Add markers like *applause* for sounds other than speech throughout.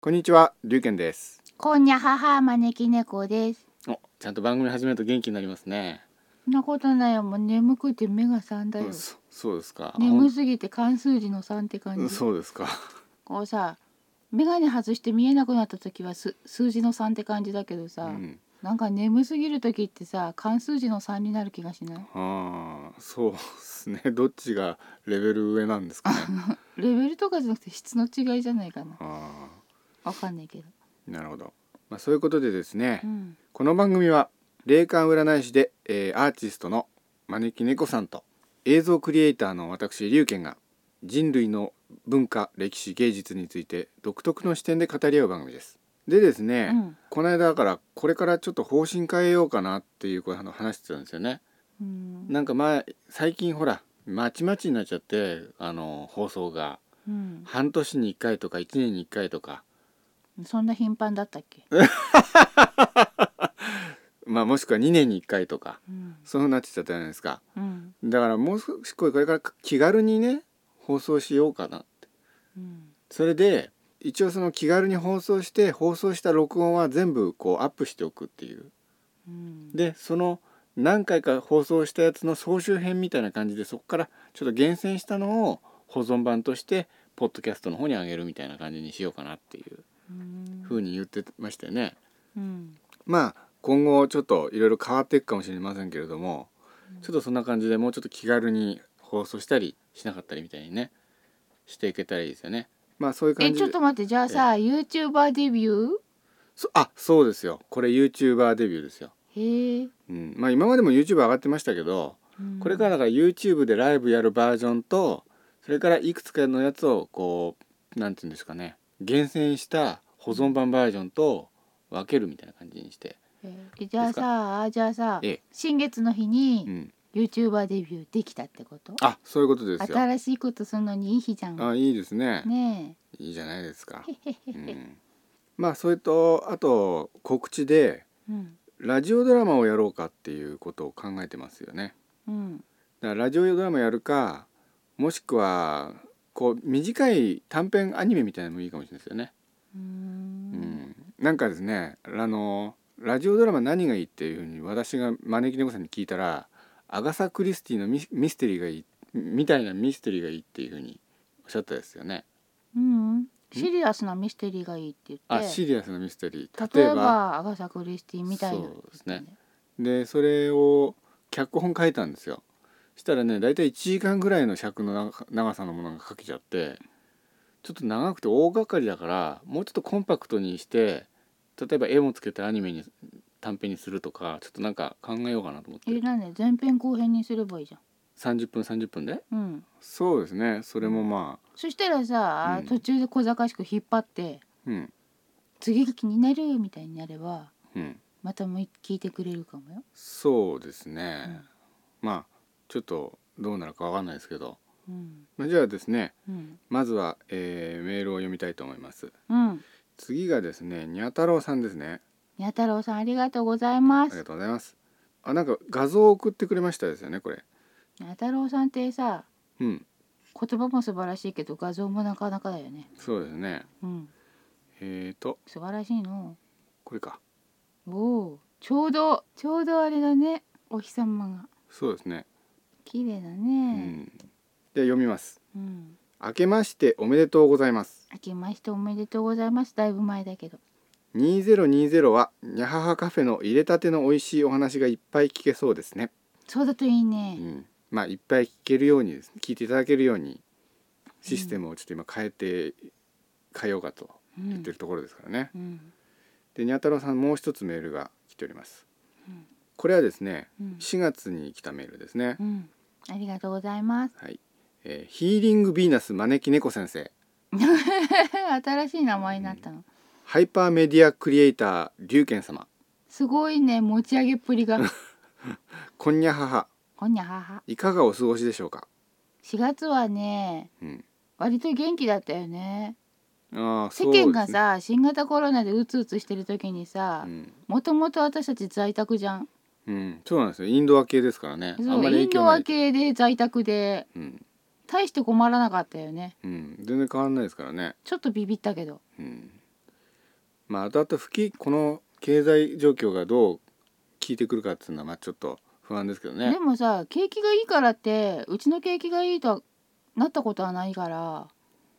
こんにちは、龍健です。こんにゃはは招き猫です。お、ちゃんと番組始めると元気になりますね。そんなことないよ、もう眠くて目がさんだよう。ん、そそうですか。眠すぎて漢数字の三って感うんじ。そうですか。こうさ、眼鏡外して見えなくなった時はす数字の三って感じだけどうさ、ん、なんか眠すぎる時ってさ、漢数字の三になる気がしない。ああ、そうですね。 *laughs* どっちがレベル上なんですかね。レベルとかじゃなくて質の違いじゃないかな。あわかんないけど。あ、なるほど。まあそういうことでですね、うん。この番組は霊感占い師で、えーアーティストの招き猫さんと映像クリエイターの私龍健が人類の文化歴史芸術について独特の視点で語り合う番組です。でですね、うんこの間だからこれからちょっと方針変えようかなっていうこうあの話してたんですよね。うん。なんか前最近ほらまちまちになっちゃってあの放送がうん。半年に1回とか1年に1回とかそんな頻繁だったっけ？まあもしくは2年に1回とかうん。そういうふうになってたじゃないですか。うん。だからもう少しこれから気軽にね放送しようかなうん。それで一応その気軽に放送して放送した録音は全部こうアップしておくっていううん。でその何回か放送したやつの総集編みたいな感じでそこからちょっと厳選したのを保存版としてポッドキャストの方に上げるみたいな感じにしようかなっていううん。ふうに言ってましたよね。うん。まあ今後ちょっといろいろ変わっていくかもしれませんけれどもちょっとそんな感じでもうちょっと気軽に放送したりしなかったりみたいにねしていけたらいいですよね。まあそういう感えじでちょっと待ってじゃあさ YouTuber デビュそあそうですよこれ YouTuber デビューですよ。ーへえ、うん、まあ今までも YouTube 上がってましたけどうんこれからだから YouTube でライブやるバージョンとそれからいくつかのやつをこうなんていうんですかね厳選した保存版バージョンと分けるみたいな感じにして、えじゃあさあじゃあさええ新月の日うにん、 YouTuber デビューできたってことあそういうことですよ。新しいことするのにいい日じゃんあいいですねねいいじゃないですか。え、うん、まあそれとあと告知でうんラジオドラマをやろうかっていうことを考えてますよね。うんだからラジオドラマやるかもしくはこう短い短編アニメみたいなのもいいかもしれないですよね。ううんん、なんかですねあのラジオドラマ何がいいっていうふうに私が招き猫さんに聞いたらアガサ・クリスティのミミステリーがいいみたいなミステリーがいいっていうふうにおっしゃったですよね。うんシリアスなミステリーがいいって言ってあシリアスなミステリー例えばアガサ・クリスティみたいなそうですねでそれを脚本書いたんですよしたらね大体1時間ぐらいの尺の長長さのものが書けちゃってちょっと長くて大掛かりだからもうちょっとコンパクトにして例えば絵もつけてアニメに短編にするとかちょっとなんか考えようかなと思っえてなんで前編後編にすればいいじ30分30分でゃんうんそうですねそれもまあそしたらさ、うん途中で小賢しく引っ張ってうん次が気になるみたいになればうんまたもう聞いてくれるかもよ。そうですね、まあちょっとどうなるかわかんないですけどうんまあじゃあですねうんまずは、えーメールを読みたいと思いますうん。次がですねにゃ太郎さんですねにゃ太郎さんありがとうございまありすが。とうございますあなんか画像を送ってくれましたですよねこれにゃ太郎さんってさうん言葉も素晴らしいけど画像もなかなかだよね。そうですねうんえーと素晴らしいの。これかおおちょうどちょうどあれだねお日様がそうですね綺麗だうね。んじゃあ読みますうん。明けましておめでとうございます明けましておめでとうございます。だいぶ前だけど。 2020はにゃははカフェの入れたての美味しいお話がいっぱい聞けそうですねそうだといいうね。んまあいっぱい聞けるようにです聞いていただけるようにシステムをちょっと今変えて変えようかとうん。言ってるところですからね、うんでにゃ太郎さんもう一つメールが来ております、んこれはですねうん4月に来たメールですね、うん。ありがとうございます。 *laughs* はい、えーヒーリングヴィーナス招き猫先生新しい名前になったの、ハイパーメディアクリエイター龍賢様すごいね持ち上げっぷりがこんにゃ母こんにゃははいかがお過ごしでしょうか、 4月はねうん、割と元気だったよねあー世間が、そさ、新型コロナでうつうつしてる時にうさですねもともと私たち在宅じゃんうんうん、そうなんですよインドア系ですからねあそんまうり影イン響ドなアい、系で在宅でうん大して困らなかったよねうん、全然変わんないですからね、ちょっとビビったけどうん、まあ後々吹きこの経済状況がどう効いてくるかっていうのはまあちょっと不安ですけどねでもさ景気がいいからってうちの景気がいいとはなったことはないから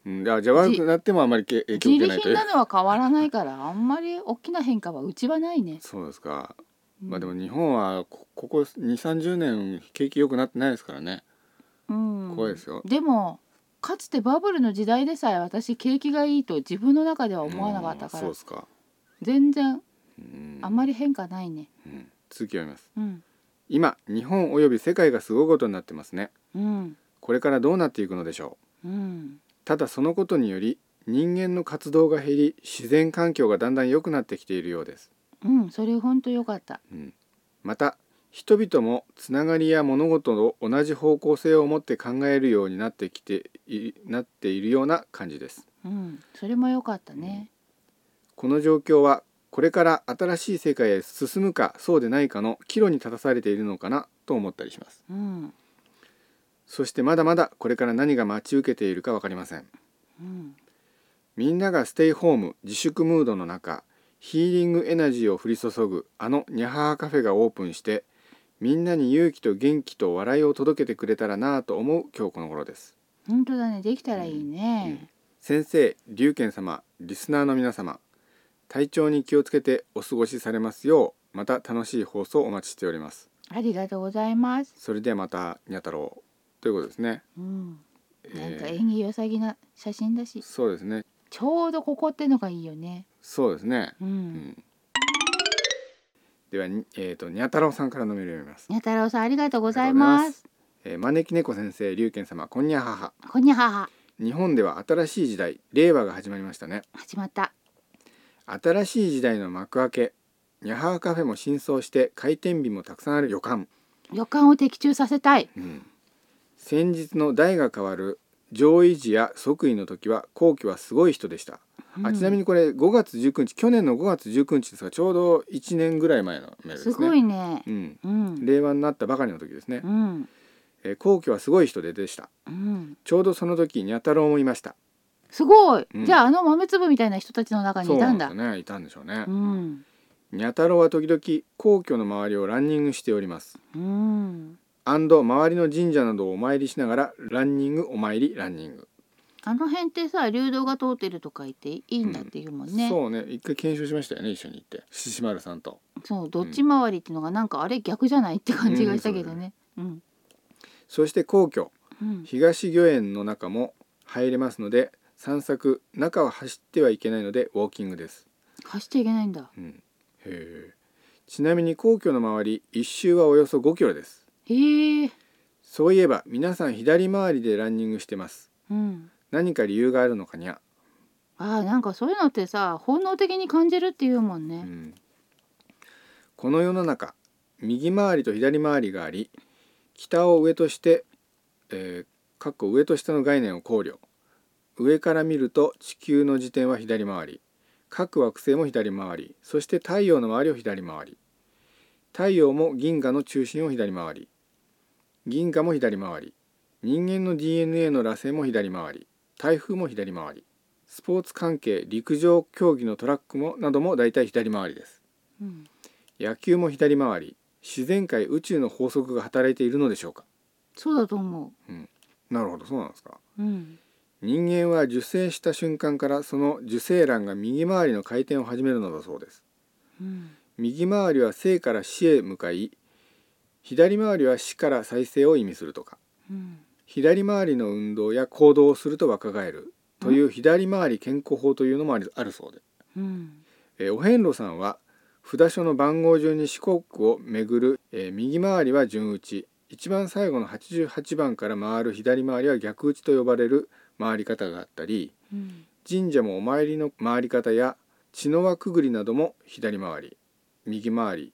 うん、あじゃあ悪くなってもあまりけ影響を受け自利ないとい品うなのは変わらないからあんまり大きな変化はうちはないね。 *laughs* そうですか、うんまあでも日本はこここ2 3 0年景気良くなってないですからねうん、怖いですよでもかつてバブルの時代でさえ私景気がいいと自分の中では思わなかったかうんそうらですか、全然うんあんまり変化ないね。うん続きを読みますうん、今日本および世界がすごいことになってますねうん、これからどうなっていくのでしょううん、ただそのことにより人間の活動が減り自然環境がだんだん良くなってきているようです、うん、それ本当良かった。うん、また人々もつながりや物事を同じ方向性を持って考えるようになってきていなっているような感じですうん、それも良かったね。この状況はこれから新しい世界へ進むかそうでないかの岐路に立たされているのかなと思ったりしますうん、そしてまだまだこれから何が待ち受けているか分かりませんうん、みんながステイホーム自粛ムードの中ヒーリングエナジーを降り注ぐあのニャハハカフェがオープンしてみんなに勇気と元気と笑いを届けてくれたらなぁと思う今日この頃です本当だね。できたらいいね。先生龍賢様リスナーの皆様体調に気をつけてお過ごしされますようまた楽しい放送をお待ちしておりますありがとうございます。それではまたにゃ太郎ということですね、うん、なんかえー演技良さげな写真だし、そうですねちょうどここってのがいいよね。そうですねう。うんんではにえっ、とにゃ太郎さんからのメールを読みますにゃ太郎さんありがとうございます。えー招き猫先生龍賢様こんにゃははこんにゃはは日本では新しい時代令和が始まりましたね始まった。新しい時代の幕開けにゃははカフェも新装して開店日もたくさんある予感、予感を的中させたい。うん先日の代が変わる上位時や即位の時は後期はすごい人でした、あちなみににこれ5月19日去年の5月19日ですがちょうど1年ぐらい前のメールですすねごいねう。ん、うん。令和になったばかりの時ですねう、ん。えー後期はすごい人ででしたうん。ちょうどその時にゃ太郎もいましたすごい、うんじゃああの豆粒みたいな人たちの中にいたんだそうなんですよねいたんでしょうねう、んにゃ太郎は時々皇居の周りをランニングしておりますうんアンド周りの神社などをお参りしながらランニングお参りランニング、あの辺ってさ流動が通ってるとか言っていいんだっていうもんね、そうそうね一回検証しましたよね一緒に行って獅子丸さんとどっち回りっていうのがなんかあれ逆じゃないって感じがしたけどねうんそして皇居うん東御苑の中も入れますので散策中は走ってはいけないのでウォーキングです、走っちゃいけないんだうん、へえちなみに皇居の周り一周はおよそ5キロですへえそういえば皆さん左回りでランニングしてますうん何か理由があるのかにゃあーなんかそういうのってさ本能的に感じるっていうもんうねんこの世の中右回りと左回りがあり北を上として、えー、かっこ上と下の概念を考慮上から見ると地球の自転は左回り各惑星も左回りそして太陽の周りを左回り太陽も銀河の中心を左回り銀河も左回り人間の DNA の螺旋も左回り台風も左回りスポーツ関係陸上競技のトラックもなども大体左回りですうん野球も左回り自然界宇宙の法則が働いているのでしょうかそうだと思なるほどそうなんですかううん人間は受精した瞬間からその受精卵が右回りの回転を始めるのだそうですうん右回りは生から死へ向かい左回りは死から再生を意味するとかうん左回りの運動や行動をすると若返るという左回り健康法というのもありあるそうでうんえーお遍路さんは札所の番号順に四国を巡る、えー右回りは順打ち一番最後の88番から回る左回りは逆打ちと呼ばれる回り方があったりうん神社もお参りの回り方や血の輪くぐりなども左回り右回り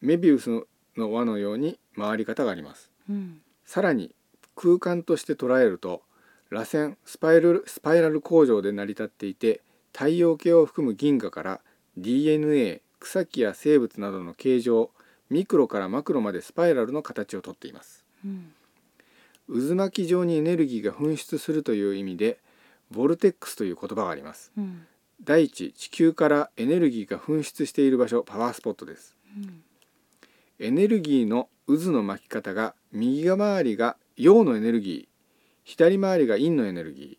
メビウスの輪のように回り方があります。うんさらに空間として捉えると螺旋スパイラルスパイラル工場で成り立っていて太陽系を含む銀河から DNA 草木や生物などの形状ミクロからマクロまでスパイラルの形をとっていますうん渦巻き状にエネルギーが噴出するという意味でボルテックスという言葉がありますうん第一地球からエネルギーが噴出している場所パワースポットですうんエネルギーの渦の巻き方が右回りが陽のエネルギー左回りが陰のエネルギー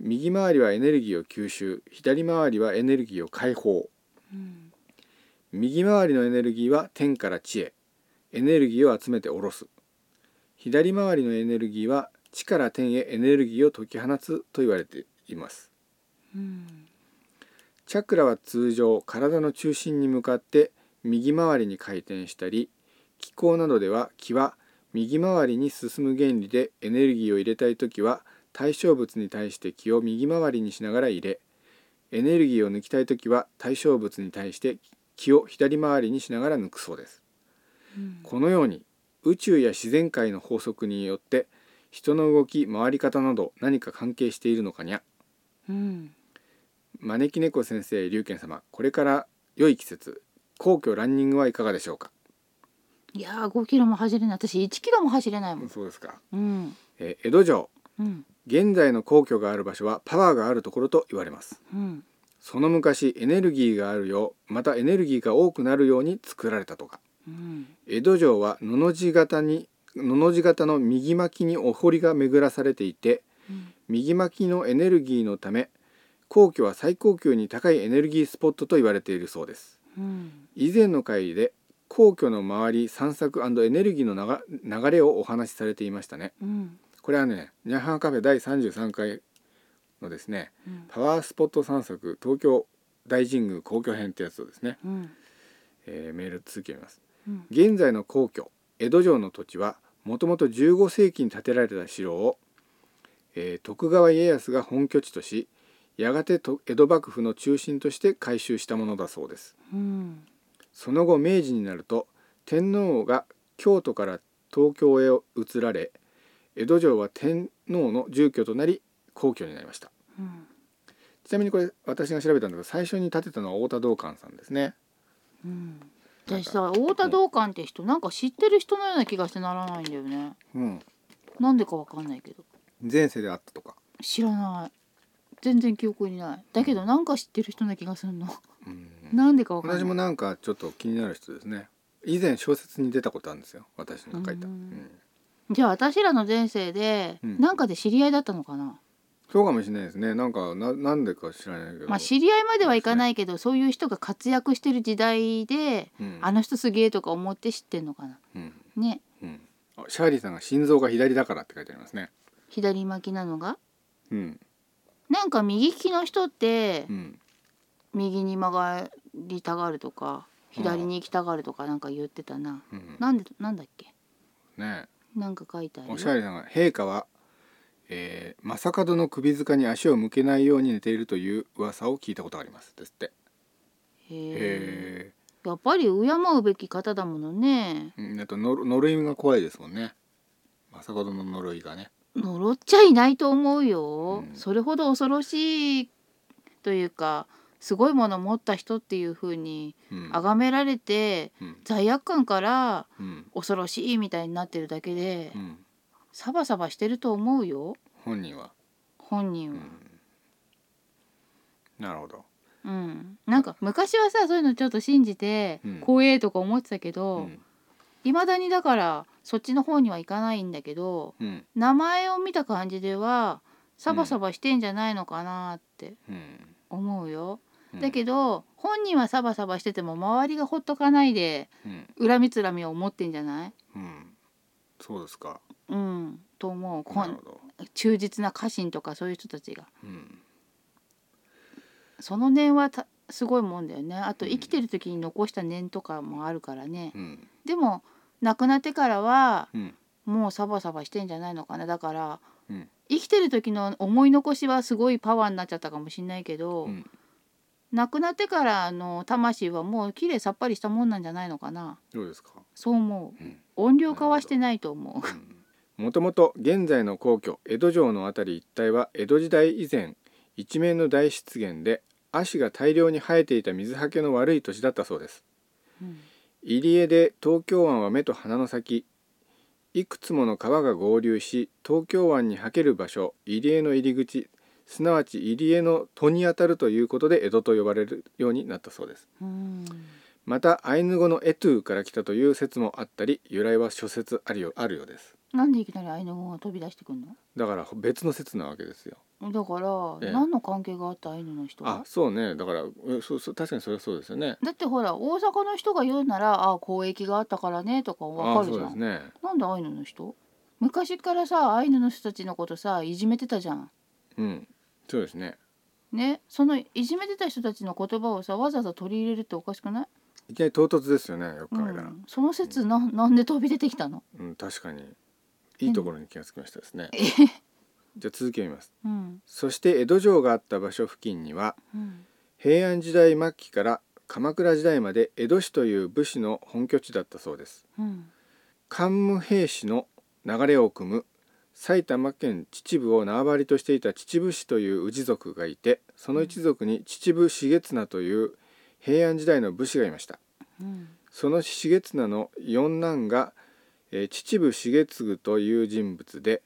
右回りはエネルギーを吸収左回りはエネルギーを解放うん右回りのエネルギーは天から地へエネルギーを集めて下ろす左回りのエネルギーは地から天へエネルギーを解き放つと言われていますうんチャクラは通常体の中心に向かって右回りに回転したり気候などでは気は右回りに進む原理でエネルギーを入れたい時は対象物に対して気を右回りにしながら入れエネルギーを抜きたい時は対象物に対して気を左回りにしながら抜くそうです。うんこのように宇宙や自然界の法則によって人の動き回り方など何か関係しているのかにゃうん招き猫先生龍賢様これから良い季節皇居ランニングはいかがでしょうか、いやー5キロも走れない私1キロも走れないもんそうですか、うんえー江戸城うん現在の皇居がある場所はパワーがあるところと言われますうんその昔エネルギーがあるようまたエネルギーが多くなるように作られたとかうん江戸城はのの字型にのの字型の右巻きにお堀が巡らされていてうん右巻きのエネルギーのため皇居は最高級に高いエネルギースポットと言われているそうですうん以前の会で皇居の周り散策エネルギーの流流れをお話しされていましたねうんこれはねニャハンカフェ第33回のですねうんパワースポット散策東京大神宮皇居編ってやつをですね、うんえーメール続けますうん現在の皇居江戸城の土地はもともと15世紀に建てられた城を、えー徳川家康が本拠地としやがてと江戸幕府の中心として改修したものだそうですうんその後明治になると天皇が京都から東京へ移られ江戸城は天皇の住居となり皇居になりましたうんちなみにこれ私が調べたんだけど最初に建てたのは太田道館さんですねうん私さ太田道館って人なんか知ってる人のような気がしてならないんだよねうんなんでかわかんないけど前世であったとか、知らない全然記憶にないだけどなんか知ってる人な気がするのうん、なんでかわかんない私もなんかちょっと気になる人ですね以前小説に出たことあるんですよ私の書いた、ううんんじゃあ私らの前世でうんなんかで知り合いだったのかな、そうかもしれないですねなんかななんでか知らないけど、まあ知り合いまではいかないけどそういう人が活躍してる時代でうんあの人すげえとか思って知ってんのかなうんねうん、あシャーリーさんが心臓が左だからって書いてありますね左巻きなのがうんなんか右利きの人ってうん右に曲がりたがるとかうん左に行きたがるとかなんか言ってたな、うんなんでなんだっけねなんか書いてあえるよおしゃれさんが陛下は、えー、正門の首塚に足を向けないように寝ているという噂を聞いたことがありますですってへえへやっぱり敬うべき方だものねえうんあとの呪いが怖いですもんね正門の呪いがね呪っちゃいないと思うよ、うんそれほど恐ろしいというかすごいもの持った人っていう風にうん崇められてうん罪悪感からうん恐ろしいみたいになってるだけでうんサバサバしてると思うよ本人は、本人うは。ん、なるほどうん、なんか昔はさそういうのちょっと信じてうん怖えとか思ってたけど、うん未だにだからそっちの方には行かないんだけどうん名前を見た感じではサバサバしてんじゃないのかなってうん思うよ、うんだけど本人はサバサバしてても周りがほっとかないでうん恨みつらみを持ってんじゃないうんそうですかうんと思うこなるんほど忠実な家臣とかそういう人たちがうんその念はたすごいもんだよねあとうん生きてる時に残した念とかもあるからね、うんでも亡くなってからはうんもうサバサバしてんじゃないのかなだからうん生きてる時の思い残しはすごいパワーになっちゃったかもしれないけど、うん亡くなってからの魂はもう綺麗さっぱりしたもんなんじゃないのかなどうですかそう思ううん音量化はしてないと思もともと現在の皇居江戸城の辺り一帯は江戸時代以前一面の大湿原で足が大量に生えていた水はけの悪い土地だったそうですう、うん入江で東京湾は目と鼻の先いくつもの川が合流し東京湾にはける場所入江の入り口すなわち入江の戸にあたるということで江戸と呼ばれるようになったそうですうんまたアイヌ語のエトゥから来たという説もあったり由来は諸説あるよあるようですなんでいきなりアイヌ語が飛び出してくるのだから別の説なわけですよだから、ええ何の関係があったアイヌの人あがそうねだからえそうそう確かにそれはそうですよねだってほら大阪の人が言うならああ交易があったからねとかわあかあるそじうゃですん、ねなんでアイヌの人昔からさアイヌの人たちのことさいじめてたじゃんうんそうですねねそのいじめてた人たちの言葉をさわざわざ取り入れるっておかしくない、いきなり唐突ですよねよくう考えたら、ん、その説ななんで飛び出てきたの、うん、確かにいいところに気がつきましたですねじゃあ続きを見ますうんそして江戸城があった場所付近にはうん、平安時代末期から鎌倉時代まで江戸市という武士の本拠地だったそうですうん、桓武平氏の流れを組む埼玉県秩父を縄張りとしていた秩父氏という氏族がいてその一族に秩父重綱という平安時代の武士がいましたうん、その重綱の四男が、えー秩父重次という人物で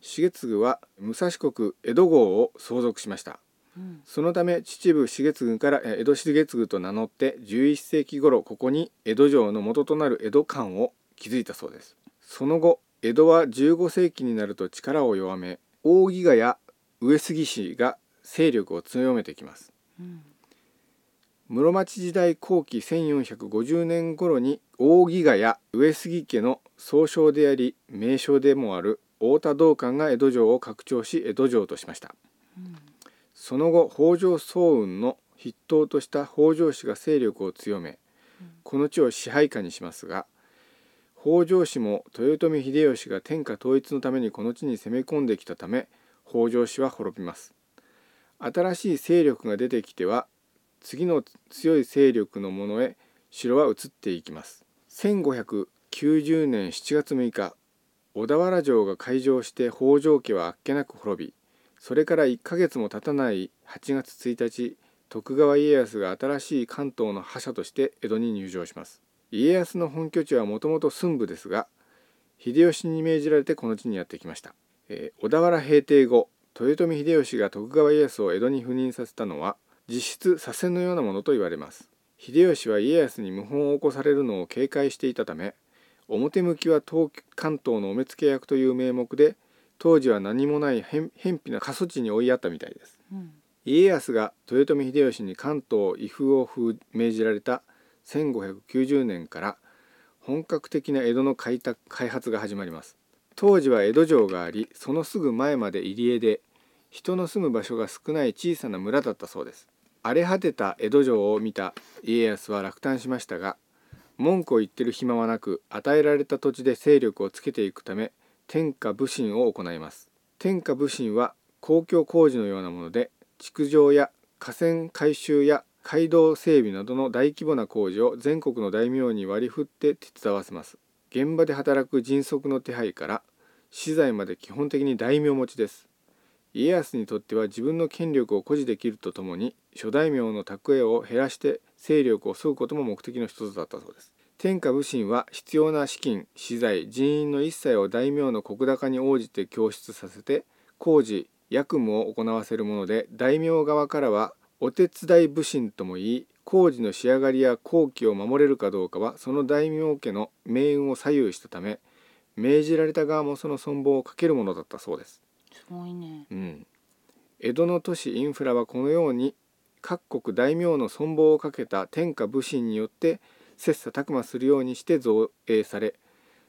重次は武蔵国江戸郷を相続しましたうん、そのため秩父重次からえー江戸重次と名乗って11世紀頃ここに江戸城の元となる江戸館を築いたそうですその後江戸は15世紀になると力を弱め大木賀や上杉氏が勢力を強めてきますうん、室町時代後期1450年頃に大木賀や上杉家の総称であり名称でもある太田道館が江戸城を拡張し江戸城としましたうんその後北条早雲の筆頭とした北条氏が勢力を強めこの地を支配下にしますが北条氏も豊臣秀吉が天下統一のためにこの地に攻め込んできたため北条氏は滅びます新しい勢力が出てきては次の強い勢力のものへ城は移っていきます1590年7月6日小田原城が開城して北条家はあっけなく滅びそれから1ヶ月も経たない8月1日徳川家康が新しい関東の覇者として江戸に入城します家康の本拠地はもともと駿府ですが秀吉に命じられてこの地にやってきました、えー小田原平定後豊臣秀吉が徳川家康を江戸に赴任させたのは実質左遷のようなものと言われます秀吉は家康に謀反を起こされるのを警戒していたため表向きは東関東のお目付け役という名目で当時は何もない偏偏僻な過疎地に追いやったみたいですうん家康が豊臣秀吉に関東威風を封命じられた1590年から本格的な江戸の開拓開発が始まります当時は江戸城がありそのすぐ前まで入り江で人の住む場所が少ない小さな村だったそうです荒れ果てた江戸城を見た家康は落胆しましたが文句を言ってる暇はなく与えられた土地で勢力をつけていくため天下武神を行います天下武神は公共工事のようなもので築城や河川改修や街道整備などの大規模な工事を全国の大名に割り振って手伝わせます現場で働く迅速の手配から資材まで基本的に大名持ちです家康にとっては自分の権力を誇示できるとともに諸大名の蓄えを減らして勢力を削ぐことも目的の一つだったそうです天下武神は必要な資金資材人員の一切を大名の石高に応じて供出させて工事役務を行わせるもので大名側からはお手伝い武神とも言い工事の仕上がりや工期を守れるかどうかはその大名家の命運を左右したため命じられた側もその存亡をかけるものだったそうです。すごいねうん、江戸の都市インフラはこのように各国大名の存亡をかけた天下武神によって切磋琢磨するようにして造営され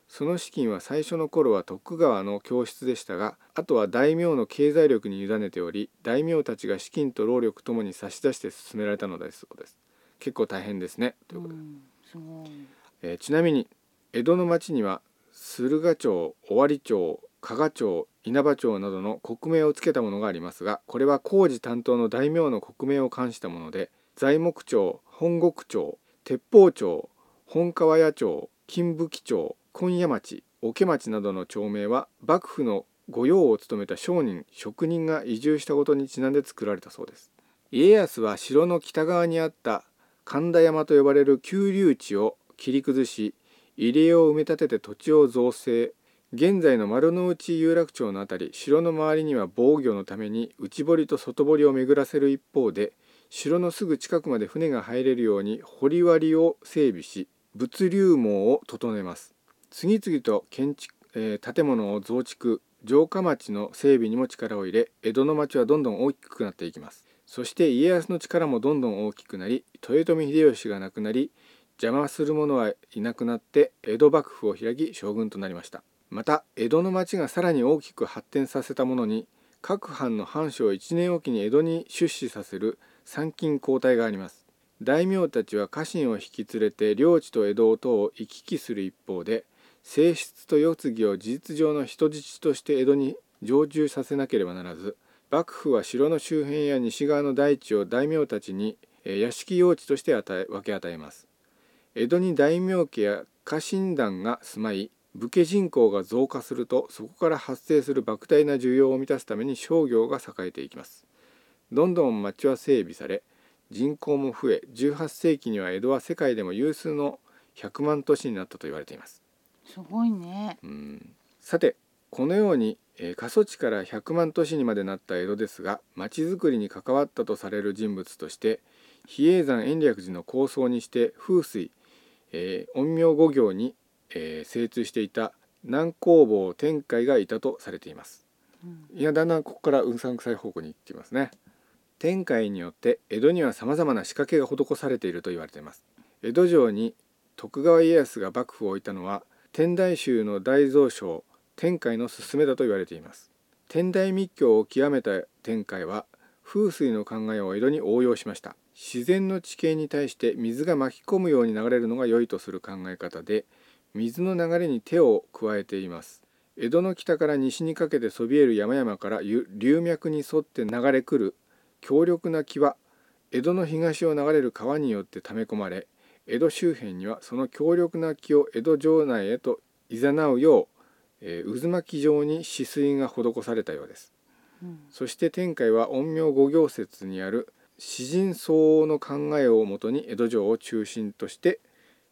その資金は最初の頃は徳川の供出でしたがあとは大名の経済力に委ねており大名たちが資金と労力ともに差し出して進められたのだそうです結構大変ですねということでん、すごいえーちなみに江戸の町には駿河町尾張町加賀町稲葉町などの国名をつけたものがありますがこれは工事担当の大名の国名を冠したもので材木町本国町鉄砲町本川屋町金吹町今夜町桶町などの町名は幕府の御用を務めた商人職人が移住したことにちなんで作られたそうです家康は城の北側にあった神田山と呼ばれる丘陵地を切り崩し入り江を埋め立てて土地を造成現在の丸の内有楽町のあたり城の周りには防御のために内堀と外堀を巡らせる一方で城のすぐ近くまで船が入れるように堀割を整備し物流網を整えます次々と建築、えー建物を増築城下町の整備にも力を入れ江戸の町はどんどん大きくなっていきますそして家康の力もどんどん大きくなり豊臣秀吉が亡くなり邪魔する者はいなくなって江戸幕府を開き将軍となりましたまた江戸の町がさらに大きく発展させたものに各藩の藩主を1年おきに江戸に出資させる参勤交代があります大名たちは家臣を引き連れて領地と江戸等を行き来する一方で正室と世継ぎを事実上の人質として江戸に常駐させなければならず幕府は城の周辺や西側の大地を大名たちにえー屋敷用地として与え分け与えます江戸に大名家や家臣団が住まい武家人口が増加するとそこから発生する莫大な需要を満たすために商業が栄えていきますどんどん町は整備され人口も増え18世紀には江戸は世界でも有数の100万都市になったと言われていますすごいね。うんさてこのように、えー過疎地から100万都市にまでなった江戸ですが町づくりに関わったとされる人物として比叡山延暦寺の構想にして風水、えー陰陽五行に、えー精通していた南工房天海がいたとされていますうんいやだんだんここからうんさんくさい方向に行っていますね天海によって江戸には様々な仕掛けが施されていると言われています江戸城に徳川家康が幕府を置いたのは天台宗の大蔵省天海の勧めだと言われています天台密教を極めた天海は風水の考えを江戸に応用しました自然の地形に対して水が巻き込むように流れるのが良いとする考え方で水の流れに手を加えています江戸の北から西にかけてそびえる山々からゆ流脈に沿って流れ来る強力な木は江戸の東を流れる川によって溜め込まれ江戸周辺にはその強力な木を江戸城内へと誘うよう、えー渦巻き状に止水が施されたようですうんそして天海は陰陽五行説にある詩人相応の考えをもとに江戸城を中心として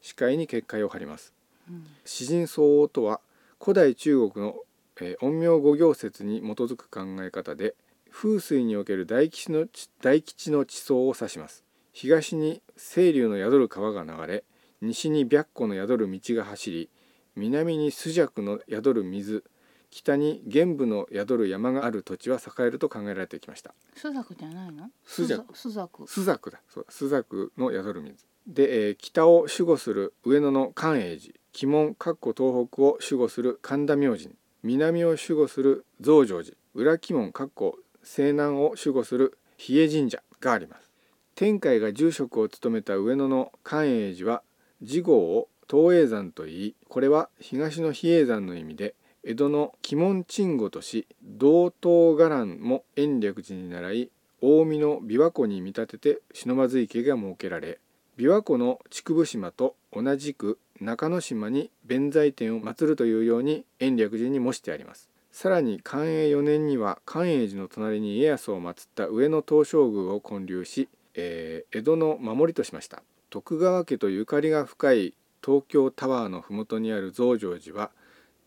視界に結界を張りますうん詩人相応とは古代中国の、えー陰陽五行説に基づく考え方で風水における大吉の地大吉の地層を指します東に清流の宿る川が流れ西に白虎の宿る道が走り南に朱雀の宿る水北に玄武の宿る山がある土地は栄えると考えられてきました朱雀じゃないの？朱雀朱雀。朱雀だそうだ朱雀の宿る水で、えー北を守護する上野の寛永寺鬼門かっこ東北を守護する神田明神南を守護する増上寺裏鬼門かっこ西南を守護する比叡神社があります天海が住職を務めた上野の寛永寺は次号を東叡山と言いこれは東の比叡山の意味で江戸の鬼門鎮護とし道東伽藍も延暦寺に倣い近江の琵琶湖に見立てて忍ばず池が設けられ琵琶湖の竹生島と同じく中之島に弁財天を祀るというように延暦寺に模してありますさらに寛永4年には寛永寺の隣に家康を祀った上野東照宮を建立し、えー江戸の守りとしました徳川家とゆかりが深い東京タワーの麓にある増上寺は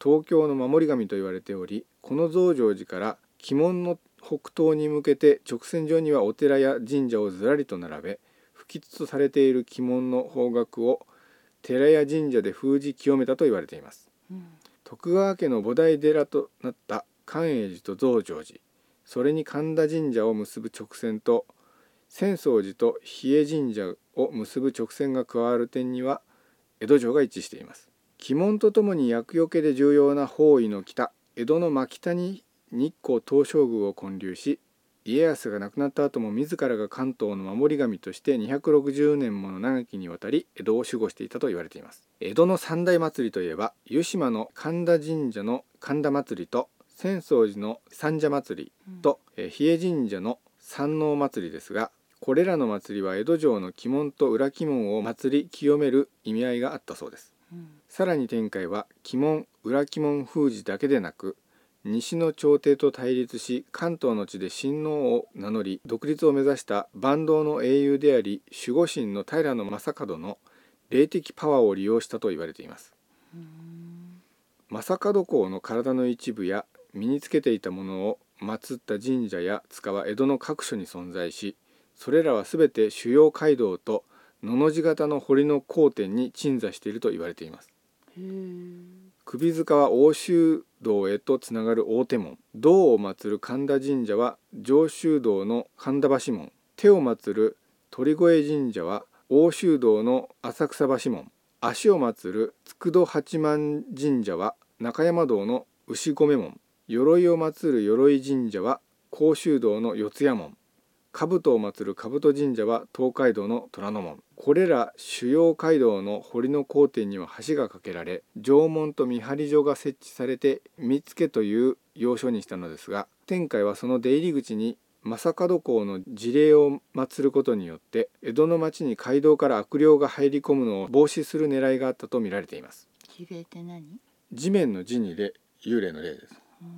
東京の守り神と言われておりこの増上寺から鬼門の北東に向けて直線上にはお寺や神社をずらりと並べ不吉とされている鬼門の方角を寺や神社で封じ清めたと言われていますうん徳川家の菩提寺となった寛永寺と増上寺それに神田神社を結ぶ直線と浅草寺と比叡神社を結ぶ直線が加わる点には江戸城が一致しています鬼門とともに厄除けで重要な方位の北江戸の真北に日光東照宮を建立し家康が亡くなった後も自らが関東の守り神として260年もの長きにわたり江戸を守護していたと言われています江戸の三大祭りといえば湯島の神田神社の神田祭りと浅草寺の三社祭りうん。と、えー比叡神社の山王祭りですがこれらの祭りは江戸城の鬼門と裏鬼門を祭り清める意味合いがあったそうですうん。さらに天海は鬼門裏鬼門封じだけでなく西の朝廷と対立し関東の地で親王を名乗り独立を目指した坂東の英雄であり守護神の平将門の霊的パワーを利用したと言われていますうん正門公の体の一部や身につけていたものを祀った神社や塚は江戸の各所に存在しそれらはすべて主要街道とのの字型の堀の交点に鎮座していると言われていますへえ首塚は奥州道へとつながる大手門道を祀る神田神社は上州道の神田橋門手を祀る鳥越神社は奥州道の浅草橋門足を祀る筑戸八幡神社は中山道の牛込門鎧を祀る鎧神社は甲州道の四谷門兜を祀る兜神社は東海道の虎ノ門これら主要街道の堀の交点には橋が架けられ城門と見張り所が設置されて見附という要所にしたのですが天海はその出入り口に正門公の事例を祀ることによって江戸の町に街道から悪霊が入り込むのを防止する狙いがあったと見られています綺麗って何地面の地に霊幽霊の霊ですうん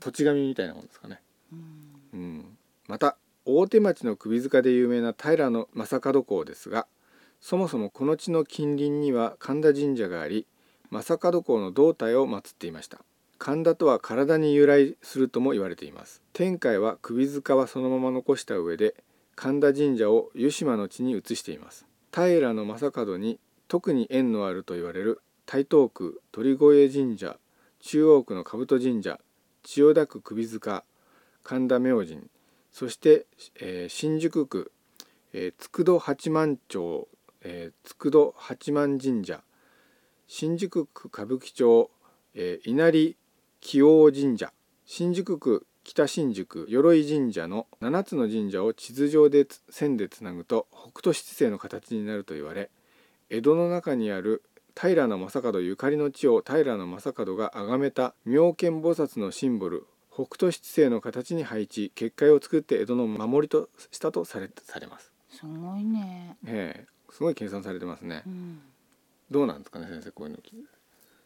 土地神みたいなもんですかねうんうん、また大手町の首塚で有名な平の正門公ですがそもそもこの地の近隣には神田神社があり正門公の胴体を祀っていました神田とは体に由来するとも言われています天海は首塚はそのまま残した上で神田神社を湯島の地に移しています平の正門に特に縁のあると言われる台東区鳥越神社中央区の兜神社千代田区首塚神田明神そして、えー新宿区、えー、筑戸八幡町、えー、筑戸八幡神社新宿区歌舞伎町、えー稲荷紀王神社新宿区北新宿鎧神社の7つの神社を地図上でつ線でつなぐと北斗七星の形になると言われ江戸の中にある平の正門ゆかりの地を平の正門が崇めた妙見菩薩のシンボル北斗七星の形に配置結界を作って江戸の守りとしたとされされます、すごいねええすごい計算されてますねうんどうなんですかね先生こういうの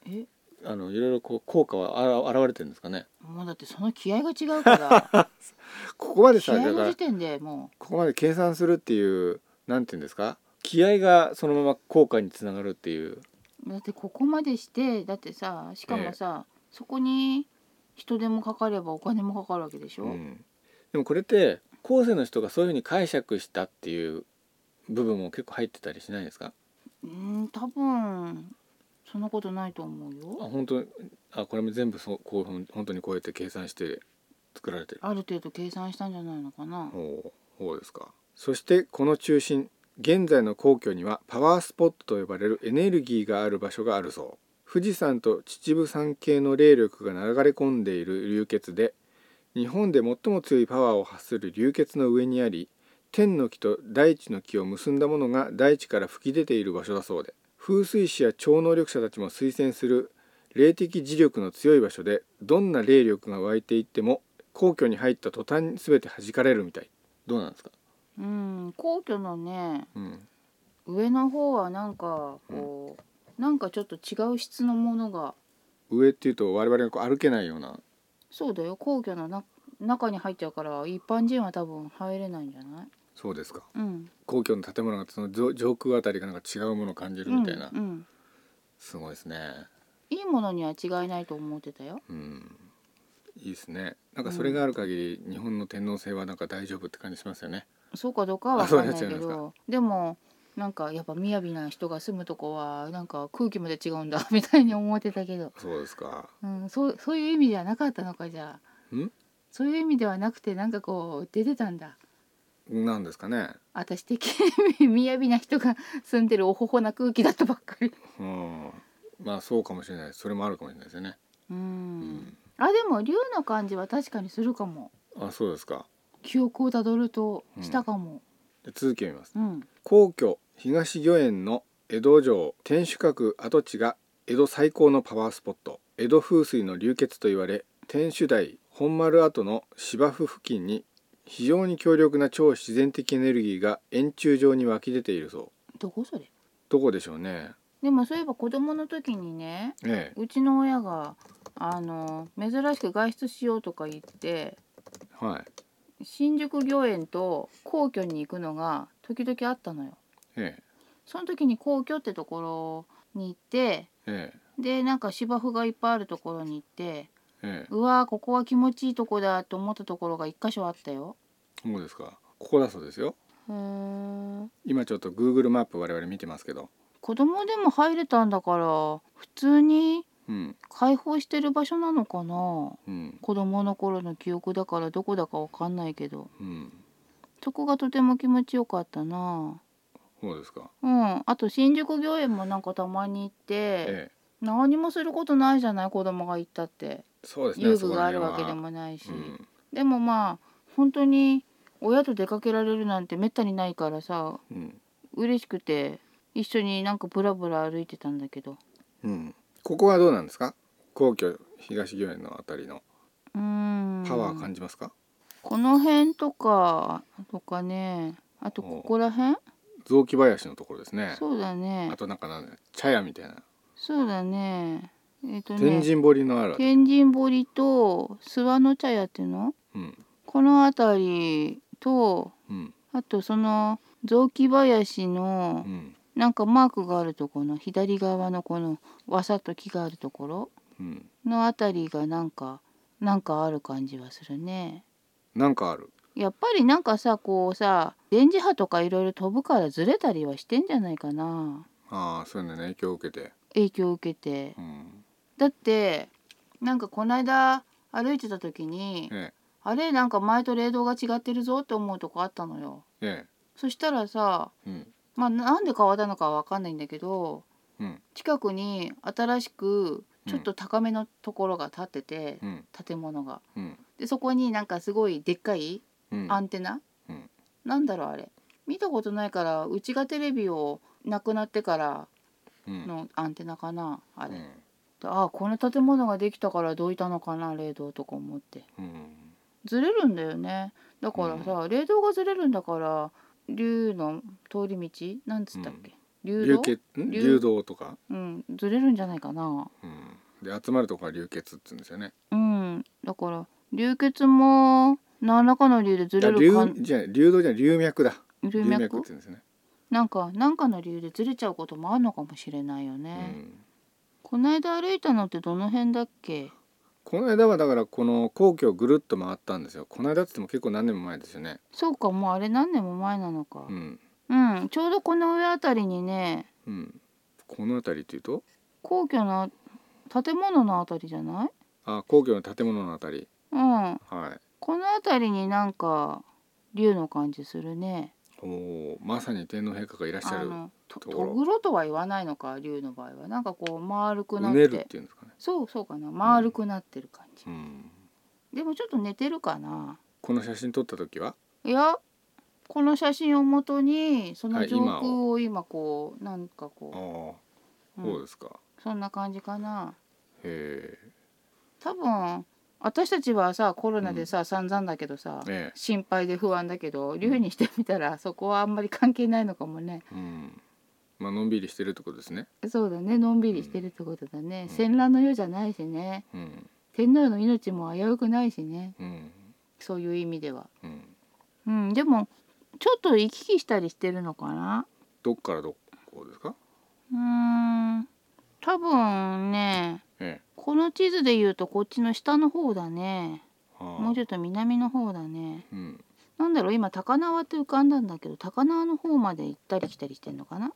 えあのいろいろこう効果はあら現れてるんですかねもうだってその気合が違うから *laughs* ここまで気さ合だかのら時点でもここまで計算するっていうなんていうんですか気合がそのまま効果につながるっていううだってここまでしてだってさしかもさ、そこに人手もかかればお金もかかるわけでしょ、うんでもこれって後世の人がそういうふうに解釈したっていう部分も結構入ってたりしないですかうん多分そんなことないと思うあよ本当あこれも全部そうこうほん本当にこうやって計算して作られてるある程度計算したんじゃないのかなほうほうですかそしてこの中心現在の皇居にはパワースポットと呼ばれるエネルギーがある場所があるそう富士山と秩父山系の霊力が流れ込んでいる流血で日本で最も強いパワーを発する流血の上にあり天の木と大地の木を結んだものが大地から吹き出ている場所だそうで風水師や超能力者たちも推薦する霊的磁力の強い場所でどんな霊力が湧いていっても皇居に入った途端に全て弾かれるみたいどうなんですか、うん皇居のねうん、上の方はなんかこう、なんかちょっと違う質のものが上っていうと我々がこう歩けないようなそうだよ皇居のな中に入っちゃうから一般人は多分入れないんじゃないそうですかうん皇居の建物がその上上空あたりがなんか違うものを感じるみたいな、うんうん、すごいですねいいものには違いないと思ってたようんいいですねなんかそれがある限り日本の天皇制はなんか大丈夫って感じしますよねそうかどうかは分かんないけあそうですどでもなんかやっぱ雅な人が住むとこはなんか空気まで違うんだみたいに思ってたけど、そうですかうん、そうそういう意味ではなかったのかじゃあんそういう意味ではなくてなんかこう出てたんだなんですかね私的 *laughs* に雅な人が住んでるおほほな空気だったばっかりうんまあそうかもしれないそれもあるかもしれないですよねうん、うんあでも竜の感じは確かにするかもあそうですか記憶をたどるとしたかもで続きを見ますうん、皇居東御苑の江戸城天守閣跡地が江戸最高のパワースポット江戸風水の流血と言われ天守台本丸跡の芝生付近に非常に強力な超自然的エネルギーが円柱状に湧き出ているそうどこそれどこでしょうねでもそういえば子供の時にねええうちの親があの珍しく外出しようとか言ってはい新宿御苑と皇居に行くのが時々あったのよええその時に皇居ってところに行ってええでなんか芝生がいっぱいあるところに行ってええうわーここは気持ちいいとこだと思ったところが一箇所あったよ。そうですかここだそうですよへー今ちょっと Google マップ我々見てますけど子供でも入れたんだから普通にうん開放してる場所なのかなうん子供の頃の記憶だからどこだかわかんないけどうんそこがとても気持ちよかったなそうですかうんあと新宿御苑もなんかたまに行って、ええ何にもすることないじゃない子供が行ったってそうですね遊そ具こがらあるわけ辺ではもないし、うんでもまあ本当に親と出かけられるなんてめったにないからさうん嬉しくて一緒になんかブラブラ歩いてたんだけどうんここはどうなんですか皇居東御苑のあたりのうーんパワー感じますか、この辺とかとかねあとここら辺雑木林のところですねそうだねあとなんかなんだ茶屋みたいな、そうだねえっ、と天ね神堀のある、天神堀と諏訪の茶屋っていうのうんこの辺りとうんあとその雑木林のうんなんかマークがあるとこの左側のこのわさっと木があるところうんの辺りがなんかなんかある感じはするね。なんかあるやっぱりなんかさこうさ電磁波とかいろいろ飛ぶからずれたりはしてんじゃないかなああそういうのね影響を受けて影響を受けてうんだってなんかこの間歩いてた時にえあれなんか前と冷動が違ってるぞって思うとこあったのよええそしたらさえうんまあなんで変わったのかは分かんないんだけどうん近くに新しくちょっと高めのところが建ってて、うん建物がうんでそこになんかすごいでっかいうんアンテナ、うんなんだろうあれ見たことないからうちがテレビをなくなってからうんのアンテナかなあうれ、んああこの建物ができたからどういたのかな冷凍とか思ってうんずれるんだよねだからさ、冷凍がずれるんだから竜の通り道なんつったっけ、竜流道血ん流流動とか、うんずれるんじゃないかなうん、で集まるとこが流血って言うんですよねうんだから流血も何らかの理由でずいやれるか流じゃない流動じゃない流脈だ流流脈脈って言うんですねなんか何かの理由でずれちゃうこともあるのかもしれないようね、んこの間歩いたのってどの辺だっけこの間はだからこの皇居をぐるっと回ったんですよこの間っつっても結構何年も前ですよねそうかもうあれ何年も前なのかうんうん、ちょうどこの上あたりにねうんこの辺りっていうと皇居の建物のあたりじゃないあ皇居の建物の辺りうんはいこのあたりになんか竜の感じするねおーまさに天皇陛下がいらっしゃあるのとところとぐろとは言わないのか竜の場合はなんかこう丸くなうっねてるっていうんですかね、そうそうかな丸くなってる感じ、うん、でもちょっと寝てるかなこの写真撮った時はいやこの写真をもとにそのはい上今を空を今こうなんあかあこう、うんそうですか、そんな感じかなへ多分私たちはさコロナでさ、散々だけどさ、ええ心配で不安だけど竜にしてみたらそこはあんまり関係ないのかもねえうんまあのんびりしてるってことですねそうだねのんびりしてるってことだね、ん戦乱の世じゃないしねうん天皇の命も危うくないしねうんそういう意味ではうんうんでもちょっと行き来したりしてるのかなどっからどこですかうーん多分ねええこの地図で言うとこっちの下の方だねあーもうちょっと南の方だねうんなんだろう今高輪って浮かんだんだけど高輪の方まで行ったり来たりしてんのかな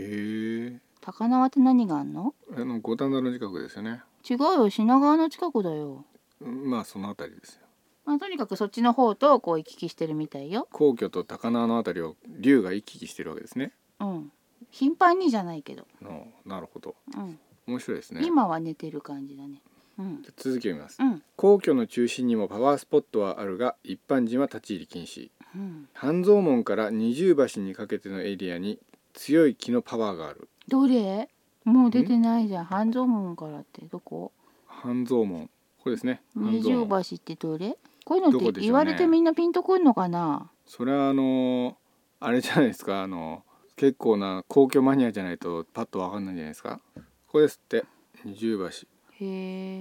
へえ高輪って何があんのあの五反田の近くですよね違うよ品川の近くだようんまあその辺りですよまあとにかくそっちの方とこう行き来してるみたいよ皇居と高輪の辺りを龍が行き来してるわけですねうん頻繁にじゃないけど、のなるほどうん面白いですね今は寝てる感じだねうんじゃあ続きを見ますうん皇居の中心にもパワースポットはあるが一般人は立ち入り禁止うん半蔵門から二重橋にかけてのエリアに強い木のパワーがあるどれもう出てないじゃん半蔵門からってどこ半蔵門これですね半二重蔵門橋ってどれこういうのどっこてでしょうね言われてみんなピンとくんのかなそれはあのーあれじゃないですかあのー結構な皇居マニアじゃないとパッとわかんないんじゃないですかここですって二重橋へ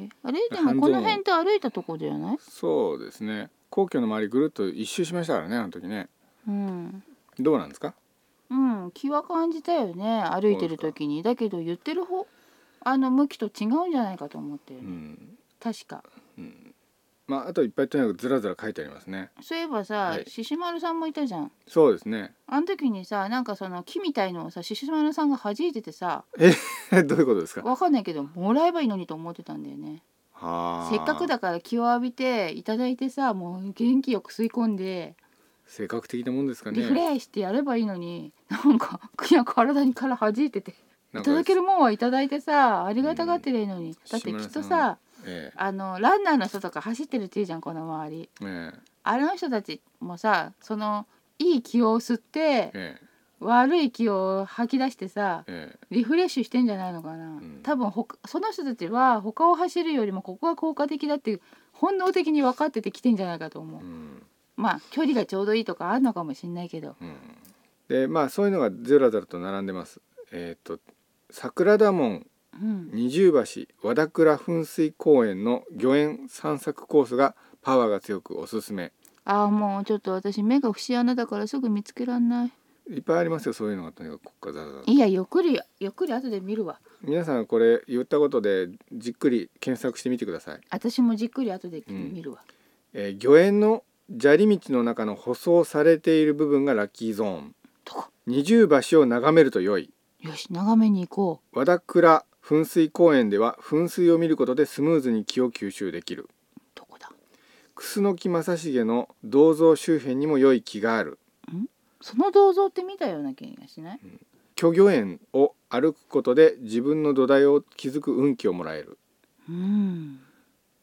えあれで半蔵門もこの辺って歩いたとこじゃないそうですね皇居の周りぐるっと一周しましたからねあの時ねうんどうなんですかうん気は感じたよね歩いてる時にだけど言ってる方あの向きと違うんじゃないかと思ってる、うん確かうん、まああといっぱいとにかくずらずら書いてありますねそういえばさ、はい獅子丸さんもいたじゃんそうですね *laughs* あの時にさなんかその木みたいのをさ獅子丸さんが弾いててさどういうことですか *laughs* わかんないけどもらえばいいのにと思ってたんだよねはあせっかくだから気を浴びていただいてさもう元気よく吸い込んで性格的なもんですかねリフレッシュしてやればいいのになんかいや体にから弾いててないんたかだけるもんはいただいてさありがたがってりゃいいのに、だっ志てき村っさんとさえあのランナーの人とか走ってるっていうじゃんこの周りええあれの人たちもさそのいい気を吸ってええ悪い気を吐き出してさええリフレッシュしてんじゃないのかな、ん多分ほかその人たちは他を走るよりもここが効果的だって本能的に分かっててきてんじゃないかと思う、うんまあ距離がちょうどいいとかあるのかもしんないけどうんでまあそういうのがずらずらと並んでますえっ、と桜田門うん二重橋和田倉噴水公園の御苑散策コースがパワーが強くおすすめああもうちょっと私目が節穴だからすぐ見つけらんないいっぱいありますよそういうのがとにかくこっからザラザラいやゆっくりゆっくり後で見るわ皆さんこれ言ったことでじっくり検索してみてください、私もじっくり後でうん見るわ、えー、御苑の砂利道の中の舗装されている部分がラッキーゾーンとこ二重橋を眺めると良いよし眺めに行こう和田倉噴水公園では噴水を見ることでスムーズに気を吸収できるどこだ楠木正成の銅像周辺にも良い気があるその銅像って見たような気がしない巨魚園を歩くことで自分の土台を築く運気をもらえるうん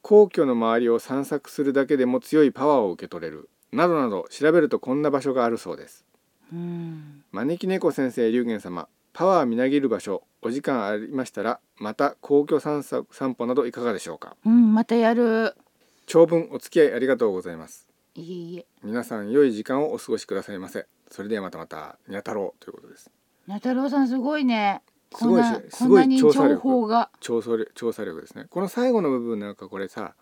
皇居の周りを散策するだけでも強いパワーを受け取れるなどなど調べるとこんな場所があるそうですうん招き猫先生龍玄様パワーみなぎる場所お時間ありましたらまた皇居散策散歩などいかがでしょうかうんまたやる長文お付き合いありがとうございますいえいえ皆さん良い時間をお過ごしくださいませそれではまたまたにゃ太郎ということですにゃ太郎さんすごいねすごいしこんなすごいこんなに調査力情報が調査力調査力ですねこの最後の部分なんかこれさ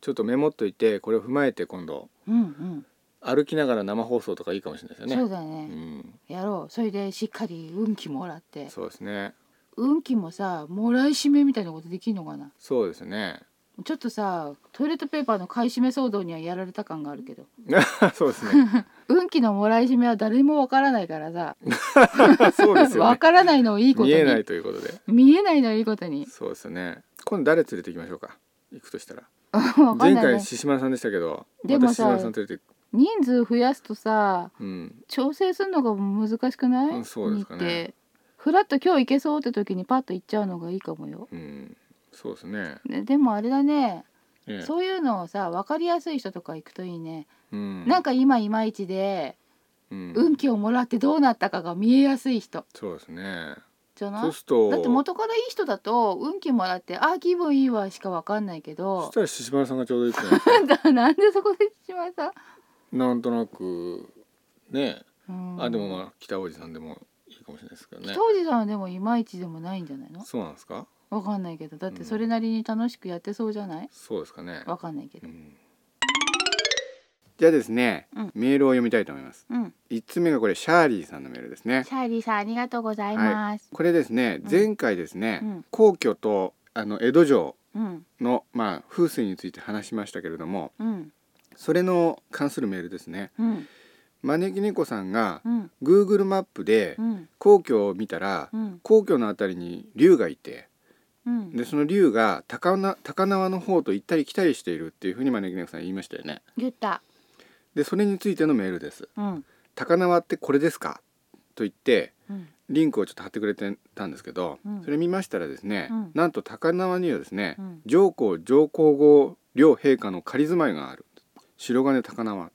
ちょっとメモっといてこれを踏まえて今度うん歩きながら生放送とかいいかもしれないでうすん、よねそうだうね、ん、やろうそれでしっかり運気もらってそうですね運気もさもらいしめみたいなことできるのかなそうですね *laughs* ちょっとさトイレットペーパーの買い占め騒動にはやられた感があるけどそうです *laughs* ね運気のもらいしめは誰にもわからないからさそうですよわ、ねからないのをいいこと見にえないということで見えないのをいいことにそうですね今度誰連れて行きましょうか行くとしたらわかん前ない、回ね、獅子丸さんでしたけどでも私獅さ子丸さん連れて人数増やすとさうん調整するのが難しくない、うんそうですかね日程フラッと今日行けそうって時にパッと行っちゃうのがいいかもようんそうですねででもあれだね、ええそういうのをさ分かりやすい人とか行くといいね、うんなんか今いまいちでうん運気をもらってどうなったかが見えやすい人そうですねじゃなそいうするとだって元からいい人だと運気もらってあー気分いいわしか分かんないけそどしたら獅子丸さんがちょうどいいってなるだなんでそこで島さなんとなくねん、うん、あでもまあ北王子さんでもいいかもしれないですけどね北王子さんはでもいまいちでもないんじゃないのそうなんですかわかんないけどだってそれなりに楽しくやってそうじゃないそうですかねわかんないけうどんじゃあですね、うんメールを読みたいと思いますうん一つ目がこれシャーリーさんのメールですねシャーリーさんありがとうございます、これですねうん前回ですね、うん皇居とあの江戸城うんの、まあ、風水について話しましたけれどもうんそれの関するメールですねうん招き猫さんがうん Google マップでうん皇居を見たらうん皇居のあたりに竜がいてうんでその竜が高な高輪の方と行ったり来たりしているっていうふうに招き猫さん言いましたよね言ったでそれについてのメールですうん「高輪ってこれですか?」と言ってうんリンクをちょっと貼ってくれてたんですけど、うんそれ見ましたらですね、うんなんと高輪にはですね、うん上皇上皇后両陛下の仮住まいがある白金高輪、